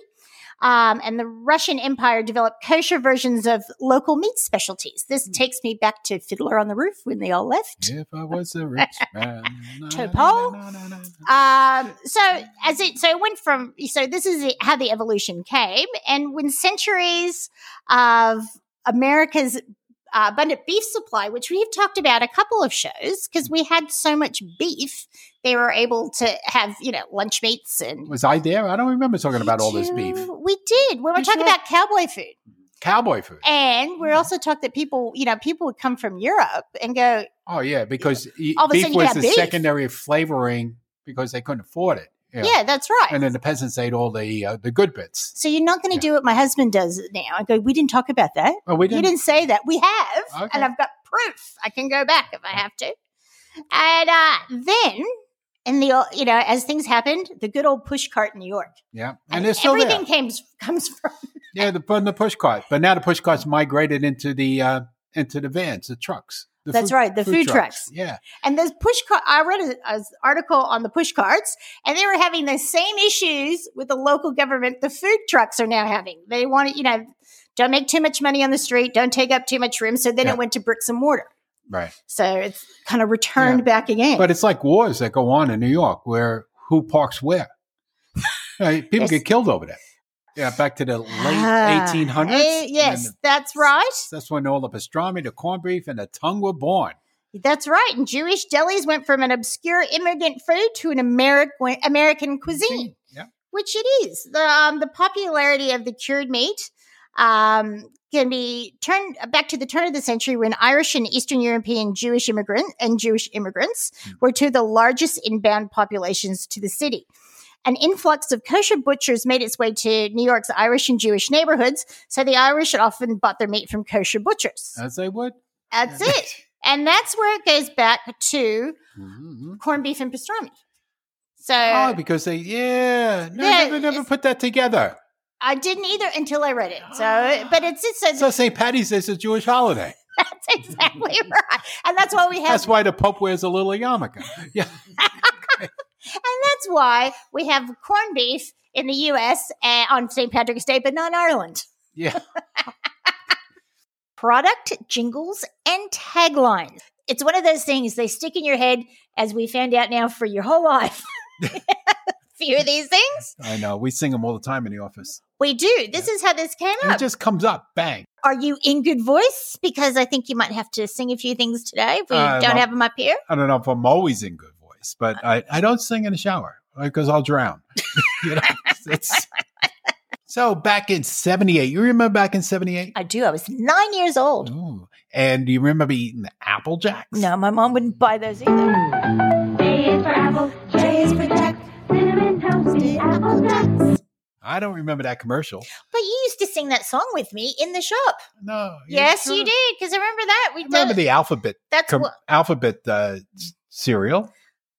A: um, and the Russian Empire developed kosher versions of local meat specialties. This takes me back to Fiddler on the Roof when they all left.
B: If I was a rich man, na,
A: To
B: na,
A: Paul?
B: na, na, na, na.
A: Um, so as it so it went from so this is it- how the evolution came, and when centuries of America's uh, abundant beef supply, which we've talked about a couple of shows, because we had so much beef, they were able to have you know lunch meats and
B: Was I there? I don't remember talking about all this beef.
A: We did when we're
B: You
A: talking
B: said-
A: about cowboy food.
B: Cowboy food.
A: And we're also talking that people, you know, people would come from Europe and go,
B: Oh yeah, because e-
A: All of a
B: beef
A: sudden you
B: was
A: got
B: the
A: beef.
B: secondary flavoring because they couldn't afford it.
A: yeah, that's right.
B: And then the peasants ate all the uh, the good bits.
A: so you're not going to
B: Yeah.
A: do what my husband does now. I go, we didn't talk about that.
B: Oh, we
A: You
B: didn't.
A: didn't say that. We have,
B: Okay.
A: and I've got proof. I can go back if I have to. And uh, then, in the o- you know, as things happened, the good old push cart in New York,
B: yeah, and it's still there.
A: everything comes comes from.
B: Yeah, the from the push cart, but now the push cart's migrated into the uh, into the vans, the trucks. The
A: That's right, the food trucks.
B: Yeah,
A: And those push cart, I read an article on the push carts, and they were having the same issues with the local government. The food trucks are now having. They want to, you know, don't make too much money on the street, don't take up too much room. So then
B: Yeah.
A: it went to bricks and mortar.
B: right.
A: So it's kind of returned
B: Yeah.
A: back again.
B: But it's like wars that go on in New York, where who parks where. Right, people
A: Yes.
B: get killed over that. Yeah, back to the late
A: Ah,
B: eighteen
A: eh,
B: hundreds.
A: yes, that's right.
B: that's when all the pastrami, the corned beef, and the tongue were born.
A: That's right. And Jewish delis went from an obscure immigrant food to an American American cuisine,
B: Yeah.
A: which it is. The um, the popularity of the cured meat um, can be turned back to the turn of the century when Irish and Eastern European Jewish immigrant and Jewish immigrants were two of the largest inbound populations to the city. An influx of kosher butchers made its way to New York's Irish and Jewish neighborhoods, so the Irish often bought their meat from kosher butchers.
B: As they would.
A: That's it. And that's where it goes back to
B: Mhm.
A: corned beef and pastrami. So
B: Oh, because they yeah, no,
A: Yeah,
B: never never
A: it's-
B: put that together.
A: I didn't either until I read it. So, but it's it says
B: So St. Patty's is a Jewish holiday.
A: that's exactly right, and that's why we have
B: That's why the Pope wears a little yarmulke. Yeah,
A: and that's why we have corned beef in the U.S. uh, on St. Patrick's Day, but not in Ireland.
B: yeah.
A: Product jingles and taglines. It's one of those things they stick in your head, as we found out now for your whole life. Few of these things
B: I know. We sing them all the time in the office.
A: we do. This is how this came
B: And
A: up.
B: it just comes up, bang.
A: Are you in good voice? Because I think you might have to sing a few things today if we
B: Uh,
A: don't
B: well-
A: have them up here.
B: I don't know if I'm always in good voice, but I, I don't sing in the shower because I'll drown. you know, it's- so back in 78, you remember back in 78?
A: I do. I was nine years old.
B: Ooh. And do you remember eating the Apple Jacks?
A: No, my mom wouldn't buy those either. J is for Jack. Apple Jacks.
B: I don't remember that commercial.
A: But you used to sing that song with me in the shop.
B: No.
A: yes,
B: sure?
A: you did, because I remember that. We
B: I remember
A: did.
B: the alphabet
A: That's
B: com-
A: what
B: alphabet uh, s- cereal.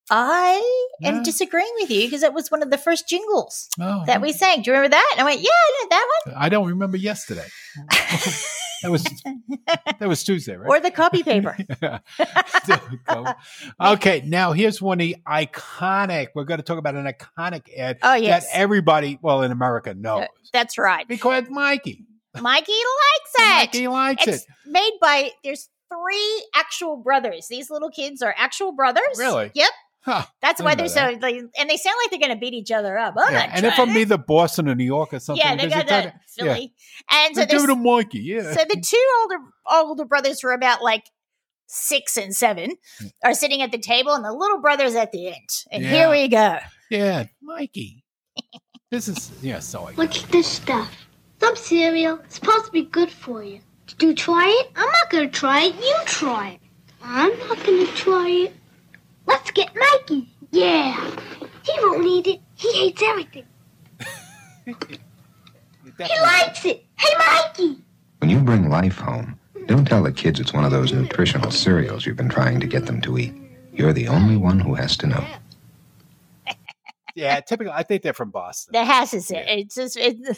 A: I
B: Yeah.
A: am disagreeing with you because that was one of the first jingles
B: Oh,
A: that we sang. Do you remember that? And I went, yeah, I know that one.
B: I don't remember yesterday. That was that was Tuesday, right?
A: or the copy paper.
B: okay, now here's one of the iconic. We're going to talk about an iconic ad
A: Oh, yes. Uh,
B: that everybody, well, in America knows
A: That's right.
B: because Mikey,
A: Mikey likes it.
B: Mikey likes
A: It's
B: it.
A: made by there's three actual brothers. These little kids are actual brothers.
B: Really?
A: Yep.
B: Huh.
A: That's
B: I
A: why they're so
B: didn't
A: like, and they sound like they're going to beat each other up. Oh,
B: Yeah,
A: not
B: and they're
A: trying
B: from either Boston or New York or something.
A: yeah, they
B: because
A: got
B: it's
A: that
B: not-
A: Philly. And so
B: They're doing
A: there's
B: a monkey, yeah.
A: so the two older older brothers were about like six and seven
B: Hmm.
A: are sitting at the table and the little brother's at the end. And
B: Yeah.
A: here we go.
B: yeah, Mikey. This is, yeah, so iconic.
J: Look at this stuff. Some cereal. It's supposed to be good for you. Do you try it? I'm not gonna try it. You try it. I'm not gonna try it. Let's get Mikey. Yeah. He won't eat it. He hates everything. He likes it. Hey, Mikey.
K: When you bring life home, don't tell the kids it's one of those nutritional cereals you've been trying to get them to eat. You're the only one who has to know.
B: Yeah, typical. I think they're from Boston.
A: The house is it. It's just it,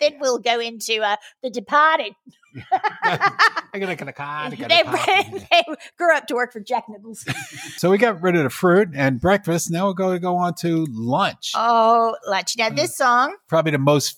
A: then we'll go into uh, the departed.
B: I got a- got a card, I got a
A: they,
B: pop.
A: they grew up to work for Jack Nichols.
B: So we got rid of the fruit and breakfast. Now we're going to go on to lunch.
A: oh, lunch. Now
B: Mm.
A: this song.
B: Probably the most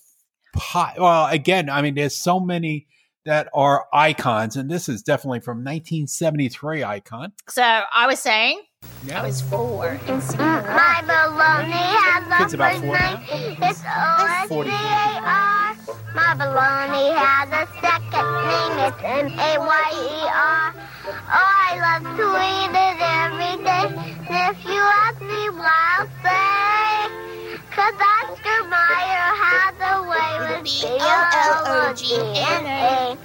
B: pot. Well, again, I mean, there's so many that are icons, and this is definitely from 1973 icon.
A: So I was saying
B: Yeah.
A: I was four.
J: My baloney has a
B: Kid's about
J: first
B: four
J: name. It's O S
B: Forty.
J: D A R. My baloney has a second name. It's M A Y E R. Oh, I love to eat it every day. And if you ask me why, I'll say. Cause Oscar Mayer has a way with B-O-L-O-G-N-A.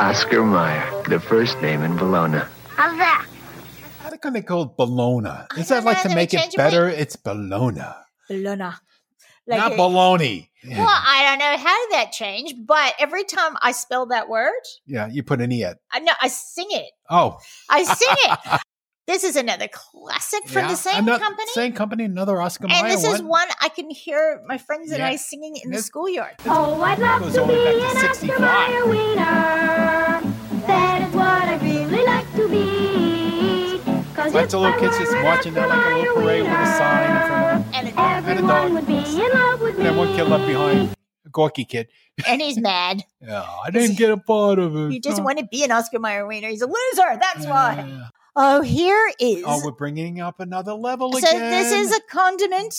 K: Oscar Meyer, the first name in Bologna.
J: How's that?
B: How can they call it bologna? Is
A: don't
B: that like
A: know,
B: to
A: they
B: make
A: would
B: it
A: change it,
B: better? It's bologna,
A: Luna.
B: not baloney.
A: Well, I don't know how did that change, but every time I spell that word,
B: yeah, you put an e at.
A: I no, I sing it.
B: Oh,
A: I sing it. This is another classic from
B: yeah.
A: the same
B: Another-
A: company.
B: Same company, another Oscar
A: and
B: Mayer
A: this is one I can hear my friends and
B: Yeah.
A: I singing in the
B: This-
A: schoolyard.
J: Oh, I'd love
B: Goes
J: to
B: all the
J: be
B: way back to
J: an
B: 65.
J: Oscar Mayer wiener. That is what I really like to be. Cause
B: Bunch of
J: if
B: little
J: I
B: kids
J: were
B: just
J: an
B: watching that
J: Oscar
B: like a little
J: Mayer
B: parade with a sign in front of
A: And,
B: them. And a dog.
J: Everyone would be in love with
B: And
J: me.
B: then one kid left behind, a gawky kid.
A: and he's mad.
B: Yeah, I didn't get a part of it.
A: He doesn't
B: Oh.
A: want to be an Oscar Mayer wiener. He's a loser. That's why.
B: Yeah.
A: Oh, here is.
B: Oh, we're bringing up another level
A: so
B: again.
A: this is a condiment.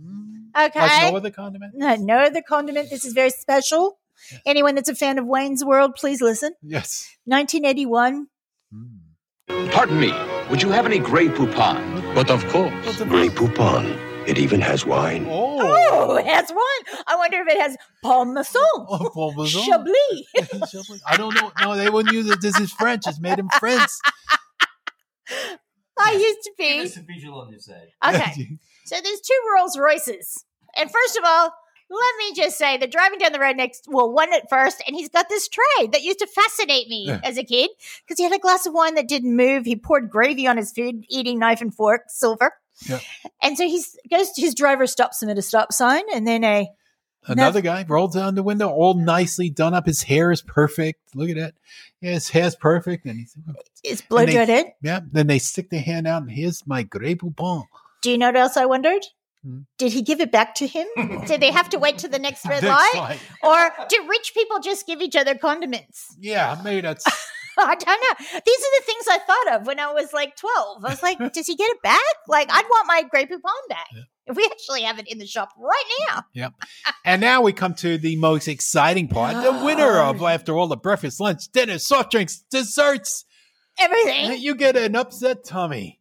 B: Mm.
A: Okay.
B: like no other condiment.
A: No, no other condiment. This is very special. Anyone that's a fan of Wayne's World, please listen.
B: Yes.
A: 1981.
B: Mm.
L: Pardon me, would you have any Grey Poupon? But of course.
K: Grey Poupon. It even has wine.
B: Oh,
A: Oh, it has one. I wonder if it has parmesan,
B: oh Paul Bazan.
A: chablis.
B: Chablis. I don't know. No, they wouldn't use it. This is French. It's made in France.
A: I used to
E: Give
A: be.
E: us a visual on this ad.
A: Okay. So there's two Rolls Royces. And first of all, let me just say they're driving down the road next, well, one at first, and he's got this tray that used to fascinate me
B: Yeah.
A: as a kid because he had a glass of wine that didn't move. He poured gravy on his food, eating knife and fork, silver.
B: Yeah.
A: And so he goes to his driver, stops him at a stop sign, and then a
B: Another guy rolled down the window, all nicely done up. His hair is perfect. Look at that. Yeah, his hair's perfect. And he's,
A: it's blow
B: And they-
A: dried in.
B: yeah. Then they stick their hand out, and here's my Grey Poupon.
A: Do you know what else I wondered?
B: Hmm.
A: Did he give it back to him? Did they have to wait to the next red
B: Next
A: light?
B: slide.
A: Or do rich people just give each other condiments?
B: Yeah, maybe that's
A: I don't know. These are the things I thought of when I was like 12. I was like, does he get it back? Like, I'd want my Grey Poupon back. If we actually have it in the shop right now.
B: And now we come to the most exciting part. The winner of, after all, the breakfast, lunch, dinner, soft drinks, desserts.
A: Everything.
B: You get an upset tummy.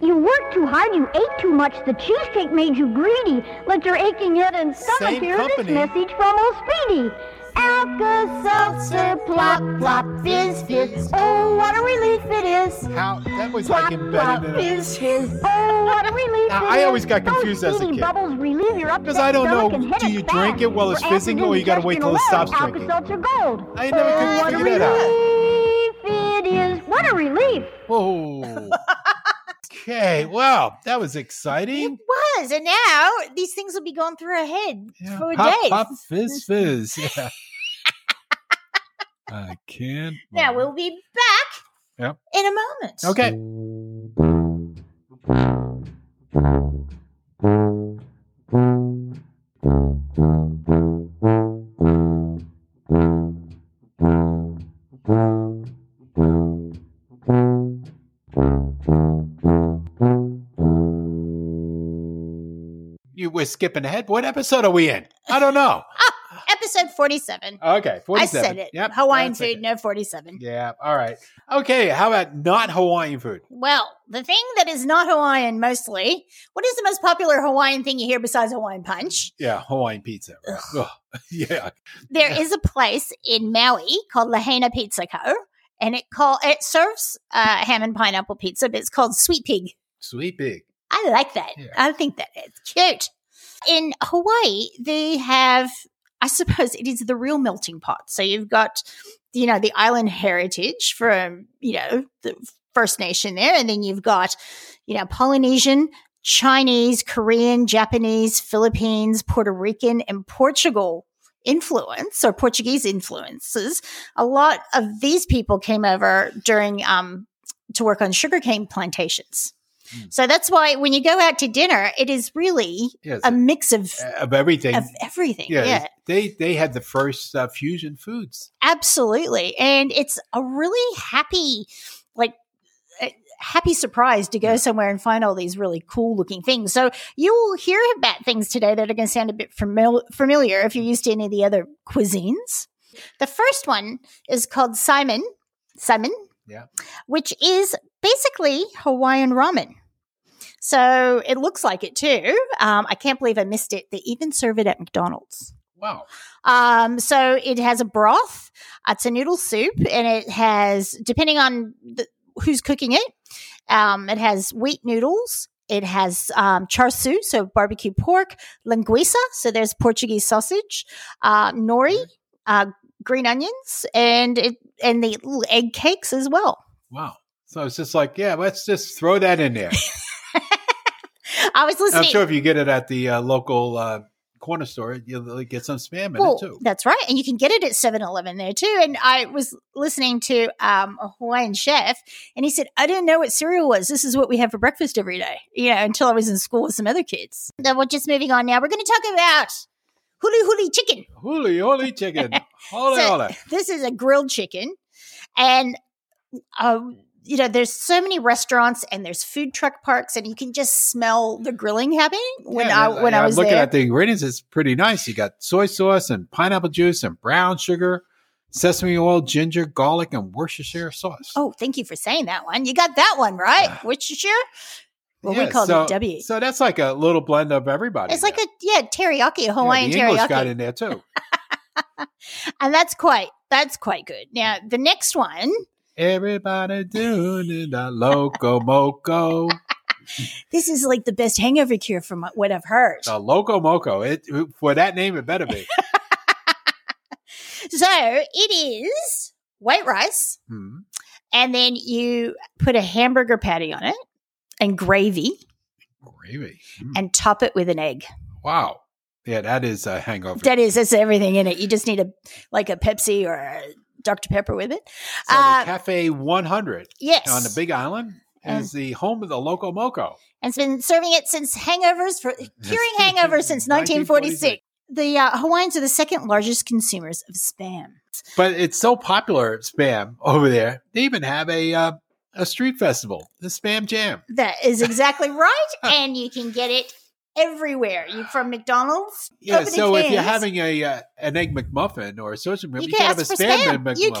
J: You worked too hard, you ate too much, the cheesecake made you greedy. Let your aching head and stomach
B: Same
J: hear this
B: company.
J: message from old Speedy. Alka-Seltzer, plop, plop, fizz, fizz. Oh, what a relief it is.
B: How that was
J: Plop,
B: like
J: plop,
B: embedded in it.
J: fizz, fizz. Oh, what a relief
B: Now,
J: it
B: I
J: is.
B: always got
J: Those
B: confused as a
J: speedy
B: kid.
J: Bubbles relieve your upset
B: Because I don't
J: stomach
B: know,
J: and
B: do
J: headache
B: you drink it while it's
J: fast. For
B: fizzing, or you gotta wait till it
J: after-digestion
B: stops drinking?
J: alone, Alka-Seltzer Gold.
B: I never could
J: oh, what a
B: figure that out.
J: relief it is. What a relief.
B: Whoa. okay. Wow. That was exciting.
A: It was. And now these things will be going through her head
B: Yeah.
A: for
B: pop,
A: days.
B: pop, fizz, fizz. Yeah. I can't.
A: Now we'll be back
B: Yep.
A: in a moment.
B: Okay. You were skipping ahead. What episode are we in? I don't know.
A: Episode 47.
B: Okay, 47.
A: I said it.
B: Uh, Yep,
A: Hawaiian
B: that's it.
A: food, no 47.
B: Yeah. All right. Okay. How about not Hawaiian food?
A: Well, the thing that is not Hawaiian mostly, what is the most popular Hawaiian thing you hear besides Hawaiian punch?
B: Yeah, Hawaiian pizza. right. Ugh. yeah.
A: There is a place in Maui called Lahaina Pizza Co. And it call it serves uh, ham and pineapple pizza, but it's called Sweet Pig.
B: Sweet pig.
A: I like that. I think that is cute. In Hawaii, they have, I suppose it is the real melting pot. So you've got, you know, the island heritage from, you know, the First Nation there. And then you've got, you know, Polynesian, Chinese, Korean, Japanese, Philippines, Puerto Rican, and Portugal influence or Portuguese influences. A lot of these people came over during, um, to work on sugarcane plantations. So that's why when you go out to dinner, it is really
B: Yes.
A: a mix of,
B: Of everything.
A: of everything.
B: yeah.
A: yeah.
B: They they had the first uh, fusion foods.
A: Absolutely. And it's a really happy, like, a happy surprise to go somewhere and find all these really cool looking things. So you will hear about things today that are going to sound a bit famil- familiar if you're used to any of the other cuisines. The first one is called Simon, Simon,
B: Yeah.
A: which is basically Hawaiian ramen. So it looks like it too. Um, I can't believe I missed it. They even serve it at McDonald's.
B: Wow.
A: Um, so it has a broth, it's a noodle soup, and it has, depending on the, who's cooking it, um, it has wheat noodles. It has um, char siu, so barbecue pork, linguiça, so there's Portuguese sausage, uh, nori, uh, green onions, and it and the little egg cakes as well.
B: Wow. So it's just like, yeah, let's just throw that in there.
A: I was listening.
B: I'm sure if you get it at the uh, local uh, corner store, you'll get some spam in it too.
A: That's right. And you can get it at 7 Eleven there too. And I was listening to um, a Hawaiian chef and he said, I didn't know what cereal was. This is what we have for breakfast every day, you know, until I was in school with some other kids. Then we're just moving on now. We're going to talk about huli huli chicken.
B: Huli huli chicken. Ole
A: So,
B: ole.
A: This is a grilled chicken. And, um, you know, there's so many restaurants and there's food truck parks, and you can just smell the grilling happening when
B: Yeah,
A: I when I
B: I'm
A: was
B: looking
A: there.
B: at the ingredients, it's pretty nice. You got soy sauce and pineapple juice and brown sugar, sesame oil, ginger, garlic, and Worcestershire sauce.
A: Oh, thank you for saying that one. You got that one right, Worcestershire. Well, we
B: Yeah,
A: called
B: so,
A: it W.
B: So that's like a little blend of everybody.
A: It's like a yeah teriyaki, a Hawaiian
B: yeah, the English got
A: teriyaki,
B: in there too.
A: and that's quite that's quite good. Now the next one,
B: Everybody doing it, a loco moco,
A: this is like the best hangover cure from what I've heard.
B: a loco moco. It for that name, it better be.
A: So it is white rice,
B: Hmm.
A: and then you put a hamburger patty on it and gravy,
B: Gravy. hmm,
A: and top it with an egg.
B: Wow. Yeah, that is a hangover.
A: That is that's everything in it. You just need a like a Pepsi or a Dr Pepper with it.
B: So
A: Uh,
B: the Cafe 100
A: yes.
B: on the Big Island
A: And-
B: is the home of the Loco Moco.
A: and has been serving it since hangovers for curing hangovers since 1946. The uh, Hawaiians are the second largest consumers of spam.
B: But it's so popular, spam, over there. They even have a uh, a street festival, the Spam Jam.
A: That is exactly right, and you can get it everywhere. You from McDonald's?
B: Yeah,
A: opening
B: so if you're
A: cans.
B: having a uh, an egg McMuffin or a sausage McMuffin, you,
A: You can
B: can have a
A: ask for
B: spam,
A: spam.
B: McMuffin.
A: You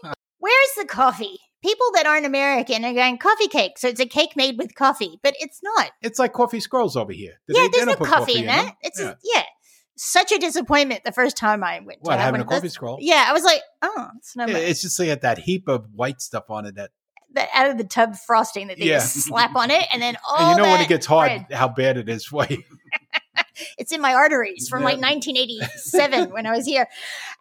A: can. Where's the coffee? People that aren't American are going coffee cake, so it's a cake made with coffee, but it's not.
B: It's like coffee scrolls over here. Did
A: yeah,
B: they- they
A: there's no
B: don't put
A: coffee, in
B: them?
A: that. It's
B: yeah.
A: yeah, such a disappointment the first time I went. to
B: What,
A: have
B: having
A: one
B: a
A: of those.
B: coffee scroll?
A: Yeah, I was like, oh, it's no.
B: Yeah,
A: more.
B: it's just they had that heap of white stuff on it that
A: that out of the tub frosting that they
B: Yeah.
A: just slap on it, and then all
B: and you know
A: that
B: when it gets hard
A: bread.
B: how bad it is for you.
A: It's in my arteries from
B: Yeah.
A: like 1987 when I was here,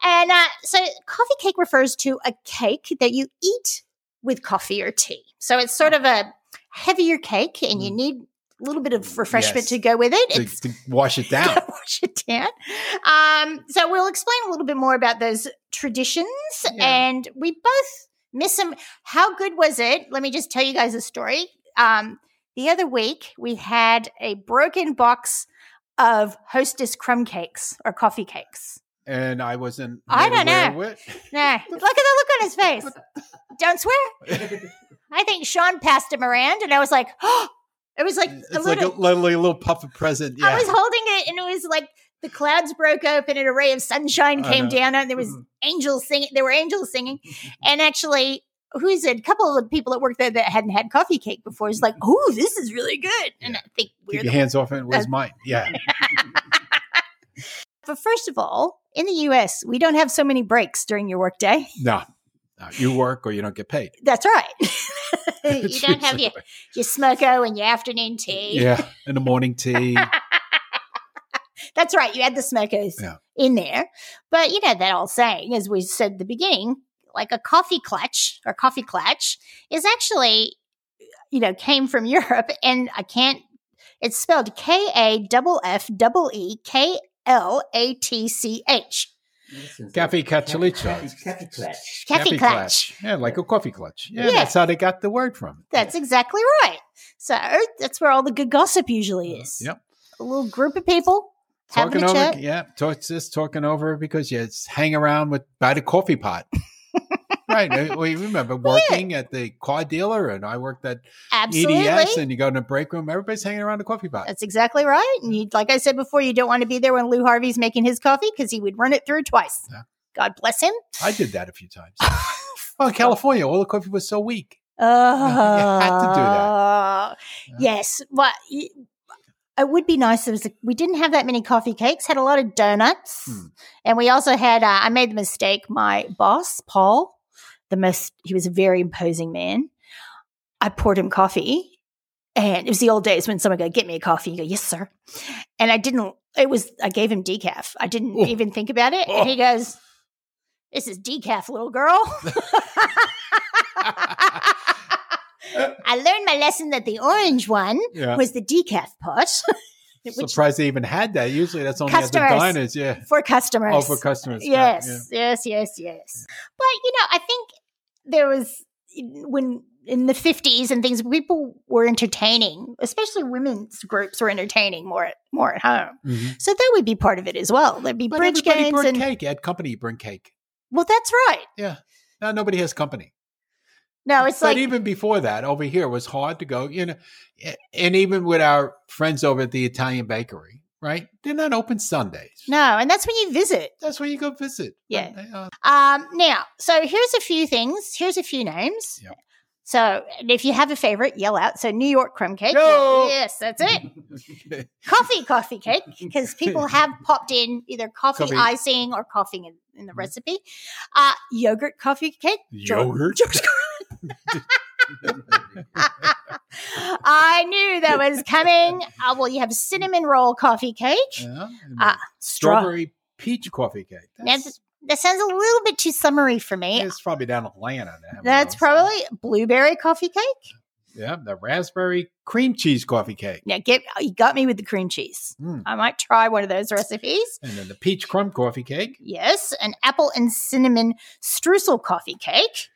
A: and uh, so coffee cake refers to a cake that you eat with coffee or tea. So it's sort of a heavier cake, and you need little bit of refreshment
B: Mm. Yes.
A: to go with it.
B: to,
A: It's
B: to wash it down.
A: wash it down. Um, so we'll explain a little bit more about those traditions, and we both miss them. How good was it? Let me just tell you guys a story. Um, the other week we had a broken box of Hostess crumb cakes or coffee cakes.
B: and I wasn't.
A: I don't
B: made aware
A: know.
B: of it.
A: Nah, look at the look on his face. Don't swear. I think Sean passed him around, and I was like, oh, it was like a
B: It's
A: little.
B: like a, literally a little puff of present. Yeah.
A: I was holding it, and it was like the clouds broke open, and a ray of sunshine
B: I
A: came
B: know. Mm-hmm.
A: down, and there was angels singing. There were angels singing, and actually, who's it? A couple of people at work there that hadn't had coffee cake before is like, "Oh, this is really good," and I think we're
B: Mm-hmm. Keep
A: the
B: your hands off it. It was mine. Yeah.
A: But first of all, in the U.S., we don't have so many breaks during your workday.
B: No. No, You work or you don't get paid.
A: That's right. you don't have your your smoko and your afternoon tea.
B: Yeah. In the morning tea.
A: That's right. You had the smokers
B: Yeah.
A: in there. But you know that old saying, as we said at the beginning, like a coffee clutch or coffee clutch is actually, you know, came from Europe and I can't, it's spelled K A double F double E K L A T C H.
B: Cafe Caccioliccio.
E: Cafe
A: clutch.
B: Cafe
A: Cafe
B: clutch.
A: clutch.
B: Yeah, like a coffee clutch. Yeah,
A: Yeah.
B: that's how they got the word from.
A: That's exactly right. So that's where all the good gossip usually is.
B: Uh-huh. Yep.
A: A little group of people
B: Talking
A: having
B: E
A: a
B: over,
A: chat.
B: yeah, talk, just talking over because you just hang around with by the coffee pot. right. I- We remember working at the car dealer, and I worked at
A: Absolutely.
B: EDS, and you go in the break room, everybody's hanging around the coffee pot.
A: That's exactly right. And you, like I said before, you don't want to be there when Lou Harvey's making his coffee because he would run it through twice. God bless him.
B: I did that a few times. well, in California, all the coffee was so weak.
A: Oh,
B: had to do
A: Yes, but y- it would be nice. If it was a- we didn't have that many coffee cakes. Had a lot of donuts,
B: Hmm.
A: and we also had. Uh, I made the mistake. My boss, Paul, the most he was a very imposing man. I poured him coffee, and it was the old days when someone go get me a coffee. You go, yes, sir, and I didn't. It was I gave him decaf. I didn't
B: Oh.
A: even think about it, and he goes, "This is decaf, little girl." I learned my lesson that the orange one
B: Yeah.
A: was the decaf part which-
B: Surprised they even had that. Usually, that's only at the
A: Customers.
B: diners. Yeah.
A: for customers.
B: Oh, for customers.
A: Yes,
B: Yeah.
A: yes, yes, yes. But you know, I think there was when in the fifties and things, people were entertaining, especially women's groups were entertaining more at more at home.
B: Mhm.
A: So that would be part of it as well. There'd be
B: But
A: bridge
B: everybody
A: games
B: brought
A: and
B: cake. At company, you bring cake.
A: well, that's right.
B: Yeah. Now nobody has company.
A: No, it's
B: but
A: like
B: even before that, over here it was hard to go. You know, and even with our friends over at the Italian bakery, right? They're not open Sundays.
A: no, and that's when you visit.
B: That's when you go visit.
A: Yeah.
B: Uh,
A: Um, now, so here's a few things. Here's a few names. So, and if you have a favorite, yell out. So, New York crumb cake.
B: Yo!
A: Yes, that's it. coffee, coffee cake, because people have popped in either coffee, Mm-hmm.
B: Coffee.
A: icing or coffee in, in the recipe. Uh, yogurt coffee cake. Jo-
B: Yogurt?
A: George- I knew that was coming. Uh, well, you have cinnamon roll coffee cake.
B: yeah.
A: Uh, straw-
B: Strawberry peach coffee cake.
A: That's- that sounds a little bit too summery for me.
B: It's probably down in Atlanta. they have
A: That's
B: those.
A: probably blueberry coffee cake.
B: yeah. The raspberry cream cheese coffee cake,
A: Now get you got me with the cream cheese.
B: Mm.
A: I might try one of those recipes.
B: and then the peach crumb coffee cake.
A: Yes, an apple and cinnamon streusel coffee cake.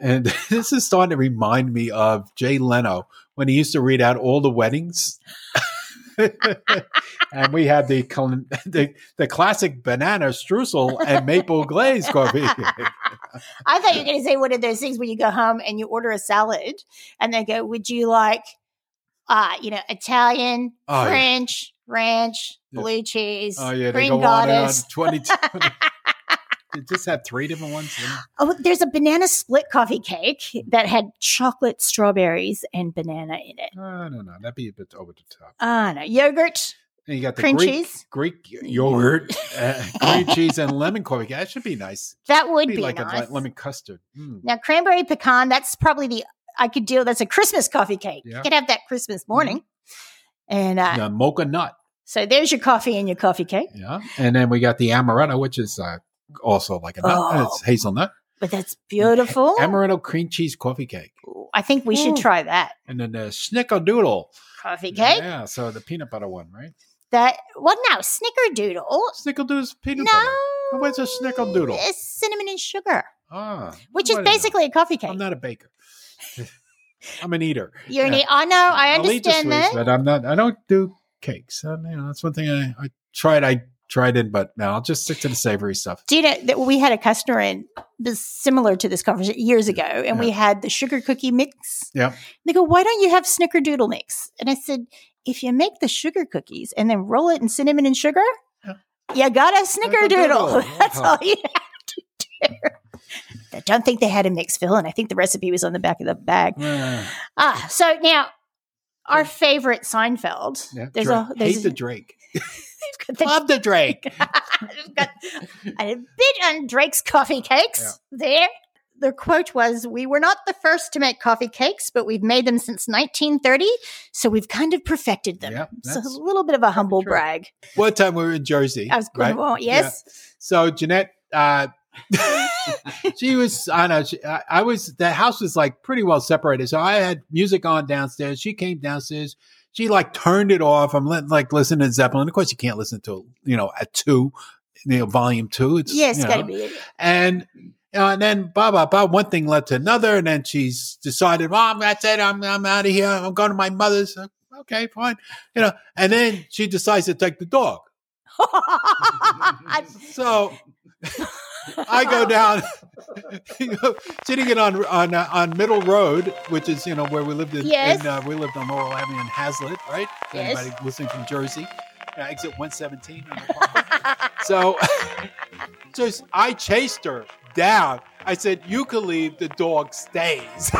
B: And this is starting to remind me of Jay Leno when he used to read out all the weddings. and we had the, cl- the the classic banana streusel and maple glaze coffee.
A: I thought you were going to say one of those things where you go home and you order a salad, and they go, "Would you like, uh, you know, Italian,
B: Oh, yeah.
A: French, ranch,
B: Yeah.
A: blue cheese,
B: oh yeah, they
A: green
B: go on and on.
A: goddess."
B: 22. They just had three different ones. didn't they?
A: Oh, there's a banana split coffee cake that had chocolate, strawberries, and banana in it.
B: I don't know. That'd be a bit over the top.
A: Ah, no, yogurt.
B: And you got the
A: Cream
B: Greek,
A: cheese?
B: Greek yogurt, uh, cream cheese, and lemon coffee. cake. That should be nice.
A: That would be
B: like
A: nice.
B: a lemon custard. Mm.
A: Now, cranberry pecan, that's probably the I could deal. That's a Christmas coffee cake.
B: Yeah. Mm-hmm.
A: You could have that Christmas morning. And uh,
B: The mocha nut.
A: so there's your coffee and your coffee cake.
B: Yeah. And then we got the amaretto, which is uh, also like a nut.
A: Oh.
B: It's hazelnut.
A: But that's beautiful.
B: Amaretto cream cheese coffee cake.
A: I think we should
B: Ooh.
A: try that
B: And then the snickerdoodle.
A: coffee cake.
B: Yeah, so the peanut butter one, right?
A: That well, no, snickerdoodle.
B: Snickerdoodle's peanut
A: no,
B: butter. What's a snickerdoodle?
A: it's cinnamon and sugar,
B: Ah,
A: which is
B: what I know.
A: basically a coffee cake.
B: I'm not a baker. I'm an eater.
A: You're an
B: Yeah.
A: e- I know. I
B: I'll eat the
A: understand that.
B: sweets, but I'm not. I don't do cakes. I, you know, that's one thing I, I tried. I tried it, but no, I'll just stick to the savory stuff.
A: Do you know that we had a customer in this similar to this conversation years ago, and we
B: Yeah.
A: had the sugar cookie mix.
B: Yeah.
A: They go, why don't you have snickerdoodle mix? And I said, if you make the sugar cookies and then roll it in cinnamon and sugar, you got a snickerdoodle.
B: Snickerdoodle. Uh-huh.
A: That's all you have to do. I don't think they had a mix fill, and I think the recipe was on the back of the bag.
B: Yeah.
A: Ah, so now our favorite Seinfeld.
B: Yeah.
A: There's
B: Drake.
A: a there's
B: hate the Drake.
A: got the-
B: Love the Drake.
A: a bit on Drake's coffee cakes there. Their quote was, We were not the first to make coffee cakes, but we've made them since 1930. So we've kind of perfected them.
B: Yep,
A: so
B: that's
A: a little bit of a humble brag.
B: One time we were in Jersey.
A: I was going, well, yes.
B: Yeah. So Jeanette, uh, she was, I know, she, I, I was, the house was like pretty well separated. So I had music on downstairs. She came downstairs. She like turned it off. I'm let, like listening to Zeppelin. Of course, you can't listen to, you know, at two, you know, volume two. It's,
A: Yes,
B: you know.
A: gotta be.
B: And, you know, and then blah, blah, blah. One thing led to another. And then she's decided, Mom, that's it. I'm, I'm out of here. I'm going to my mother's. Okay, fine. You know, and then she decides to take the dog. So I go down, you know, sitting it on on uh, on Middle Road, which is you know where we lived in.
A: Yes.
B: in, uh, we lived on Laurel Avenue in Hazlitt, right? For
A: Yes.
B: Anybody listening from Jersey, uh, exit one seventeen. so, so I chased her down. I said, "You can leave. The dog stays."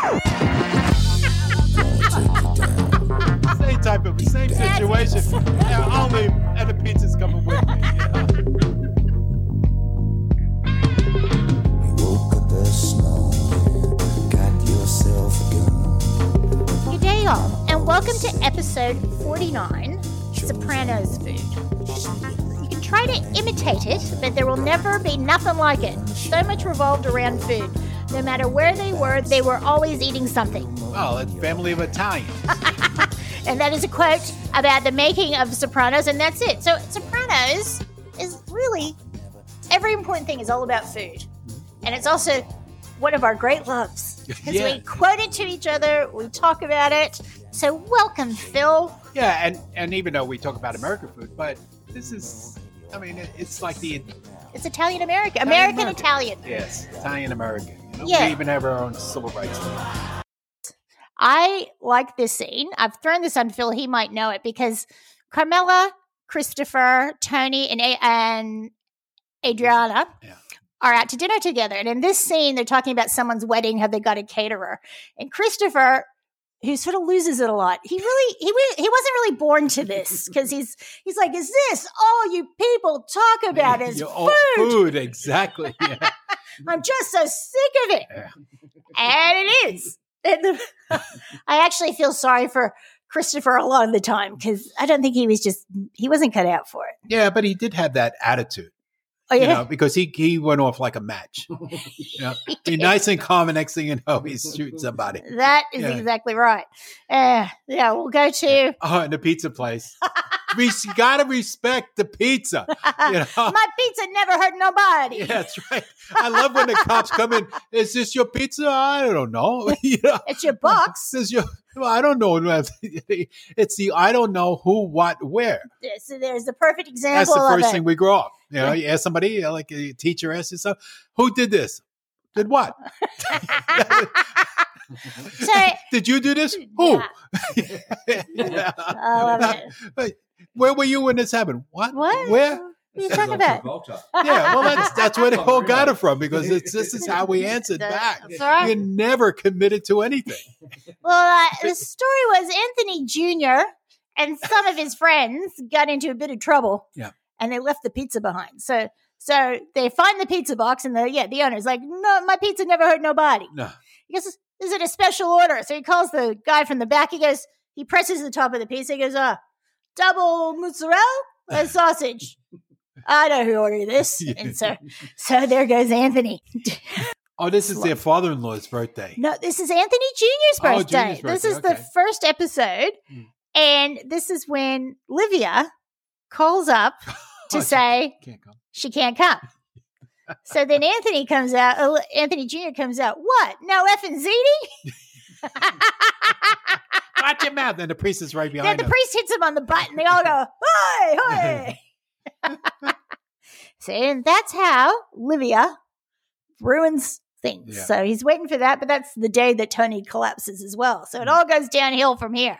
B: same type of same situation. Yeah, I'll leave, and the pizza's coming with me.
M: Woke up this morning, got yourself a gun.
A: Good day, all, and welcome to episode 49 Sopranos Food. You can try to imitate it, but there will never be nothing like it. So much revolved around food. No matter where they were, they were always eating something.
B: Well, a family of Italians.
A: And that is a quote about the making of Sopranos, and that's it. So, Sopranos is really every important thing is all about food. And it's also one of our great loves because
B: Mm-hmm. Yeah.
A: we quote it to each other, we talk about it. So, welcome, Phil.
B: Yeah, and and even though we talk about American food, but this is, I mean, it- it's like the
A: It's Italian American, American Italian.
B: yes Italian American. You know?
A: Yeah.
B: We even have our own civil rights. law.
A: I like this scene. I've thrown this on Phil; he might know it because Carmela, Christopher, Tony, and A- and Adriana are out to dinner together. And in this scene, they're talking about someone's wedding. Have they got a caterer? And Christopher, who sort of loses it a lot, he really he wa- he wasn't really born to this because he's he's like, is this all you people talk about? Is
B: Your
A: food?
B: own food, exactly. Yeah.
A: I'm just so sick of it. And it is. And the, I actually feel sorry for Christopher a lot of the time because I don't think he was just, he wasn't cut out for it.
B: yeah, but he did have that attitude.
A: Oh,
B: You
A: yeah.
B: know, because he he went off like a match. You know, be nice and calm, and next thing you know, he's shooting somebody.
A: That is
B: Yeah.
A: exactly right. Uh, yeah, we'll go to
B: Oh, in the pizza place. we got to respect the pizza. You know?
A: my pizza never hurt nobody.
B: Yeah, that's right. I love when the cops come in. Is this your pizza? I don't know. you know?
A: It's your box.
B: Is your, well, I don't know. It's the I don't know who, what, where.
A: So there's the perfect
B: That's
A: example
B: the first
A: of it.
B: thing we grow up. You know, you ask somebody, you know, like a teacher asks you something, who did this?
A: Uh,
B: Did what? did you do this? Who?
A: I love
B: But Where were you when this happened? What?
A: What?
B: Where?
A: What are you talking about?
B: yeah, well, that's that's where they all got it from because it's, this is how we answered
A: That's
B: back.
A: right.
B: You're never committed to anything.
A: Well, uh, the story was Anthony Jr. and some of his friends got into a bit of trouble.
B: Yeah.
A: and they left the pizza behind. So so they find the pizza box and the yeah, the owner's like, No, my pizza never hurt nobody.
B: No.
A: He goes, Is it a special order? So he calls the guy from the back, he goes, he presses the top of the pizza, he goes, uh, double mozzarella and sausage. I know who ordered this. And so so there goes Anthony.
B: Oh, this is their father-in-law's birthday.
A: No, this is Anthony Jr.'s
B: Oh,
A: birthday.
B: Junior's
A: This
B: birthday,
A: is the
B: okay. Mm.
A: first episode. And this is when Livia calls up
B: Oh,
A: to say she can't come. so then Anthony comes out, uh, Anthony Jr. comes out, what? No effing Ziti?
B: Watch your mouth. And the priest is right
A: Then
B: behind
A: the
B: him.
A: priest hits him on the butt and they all go, hey, hey. so, and that's how Livia ruins things.
B: Yeah.
A: So he's waiting for that, but that's the day that Tony collapses as well. So it
B: Mm.
A: all goes downhill from here.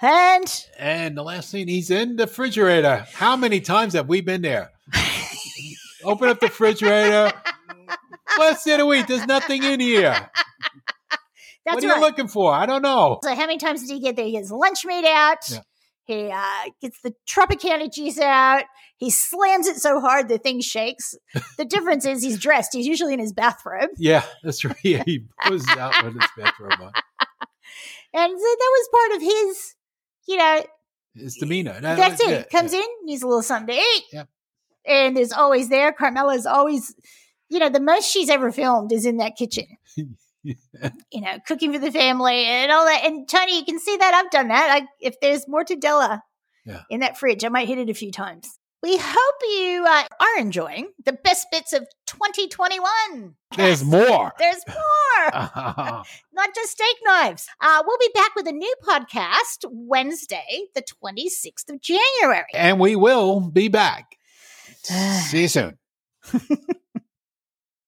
A: And
B: And the last scene, he's in the refrigerator. How many times have we been there? Open up the refrigerator. Last day of the week, there's nothing in here.
A: that's
B: what are
A: right.
B: you looking for? I don't know.
A: So how many times did he get there? He gets lunch meat out.
B: Yeah.
A: He uh, gets the Tropicana juice out. He slams it so hard the thing shakes. The difference is he's dressed. He's usually in his bathrobe.
B: Yeah, that's right. Yeah, he goes out with his bathrobe on.
A: And so that was part of his, you know,
B: His demeanor. That-
A: that's it.
B: yeah.
A: Comes in, needs a little something to eat.
B: Yeah.
A: And is always there. Carmela's always, you know, the most she's ever filmed is in that kitchen. you know, cooking for the family and all that. And Tony, you can see that I've done that. I, if there's mortadella
B: Yeah.
A: in that fridge, I might hit it a few times. We hope you uh, are enjoying the best bits of 2021.
B: There's more.
A: There's more, not just steak knives. Uh, we'll be back with a new podcast Wednesday, the 26th of January.
B: and we will be back. See you soon.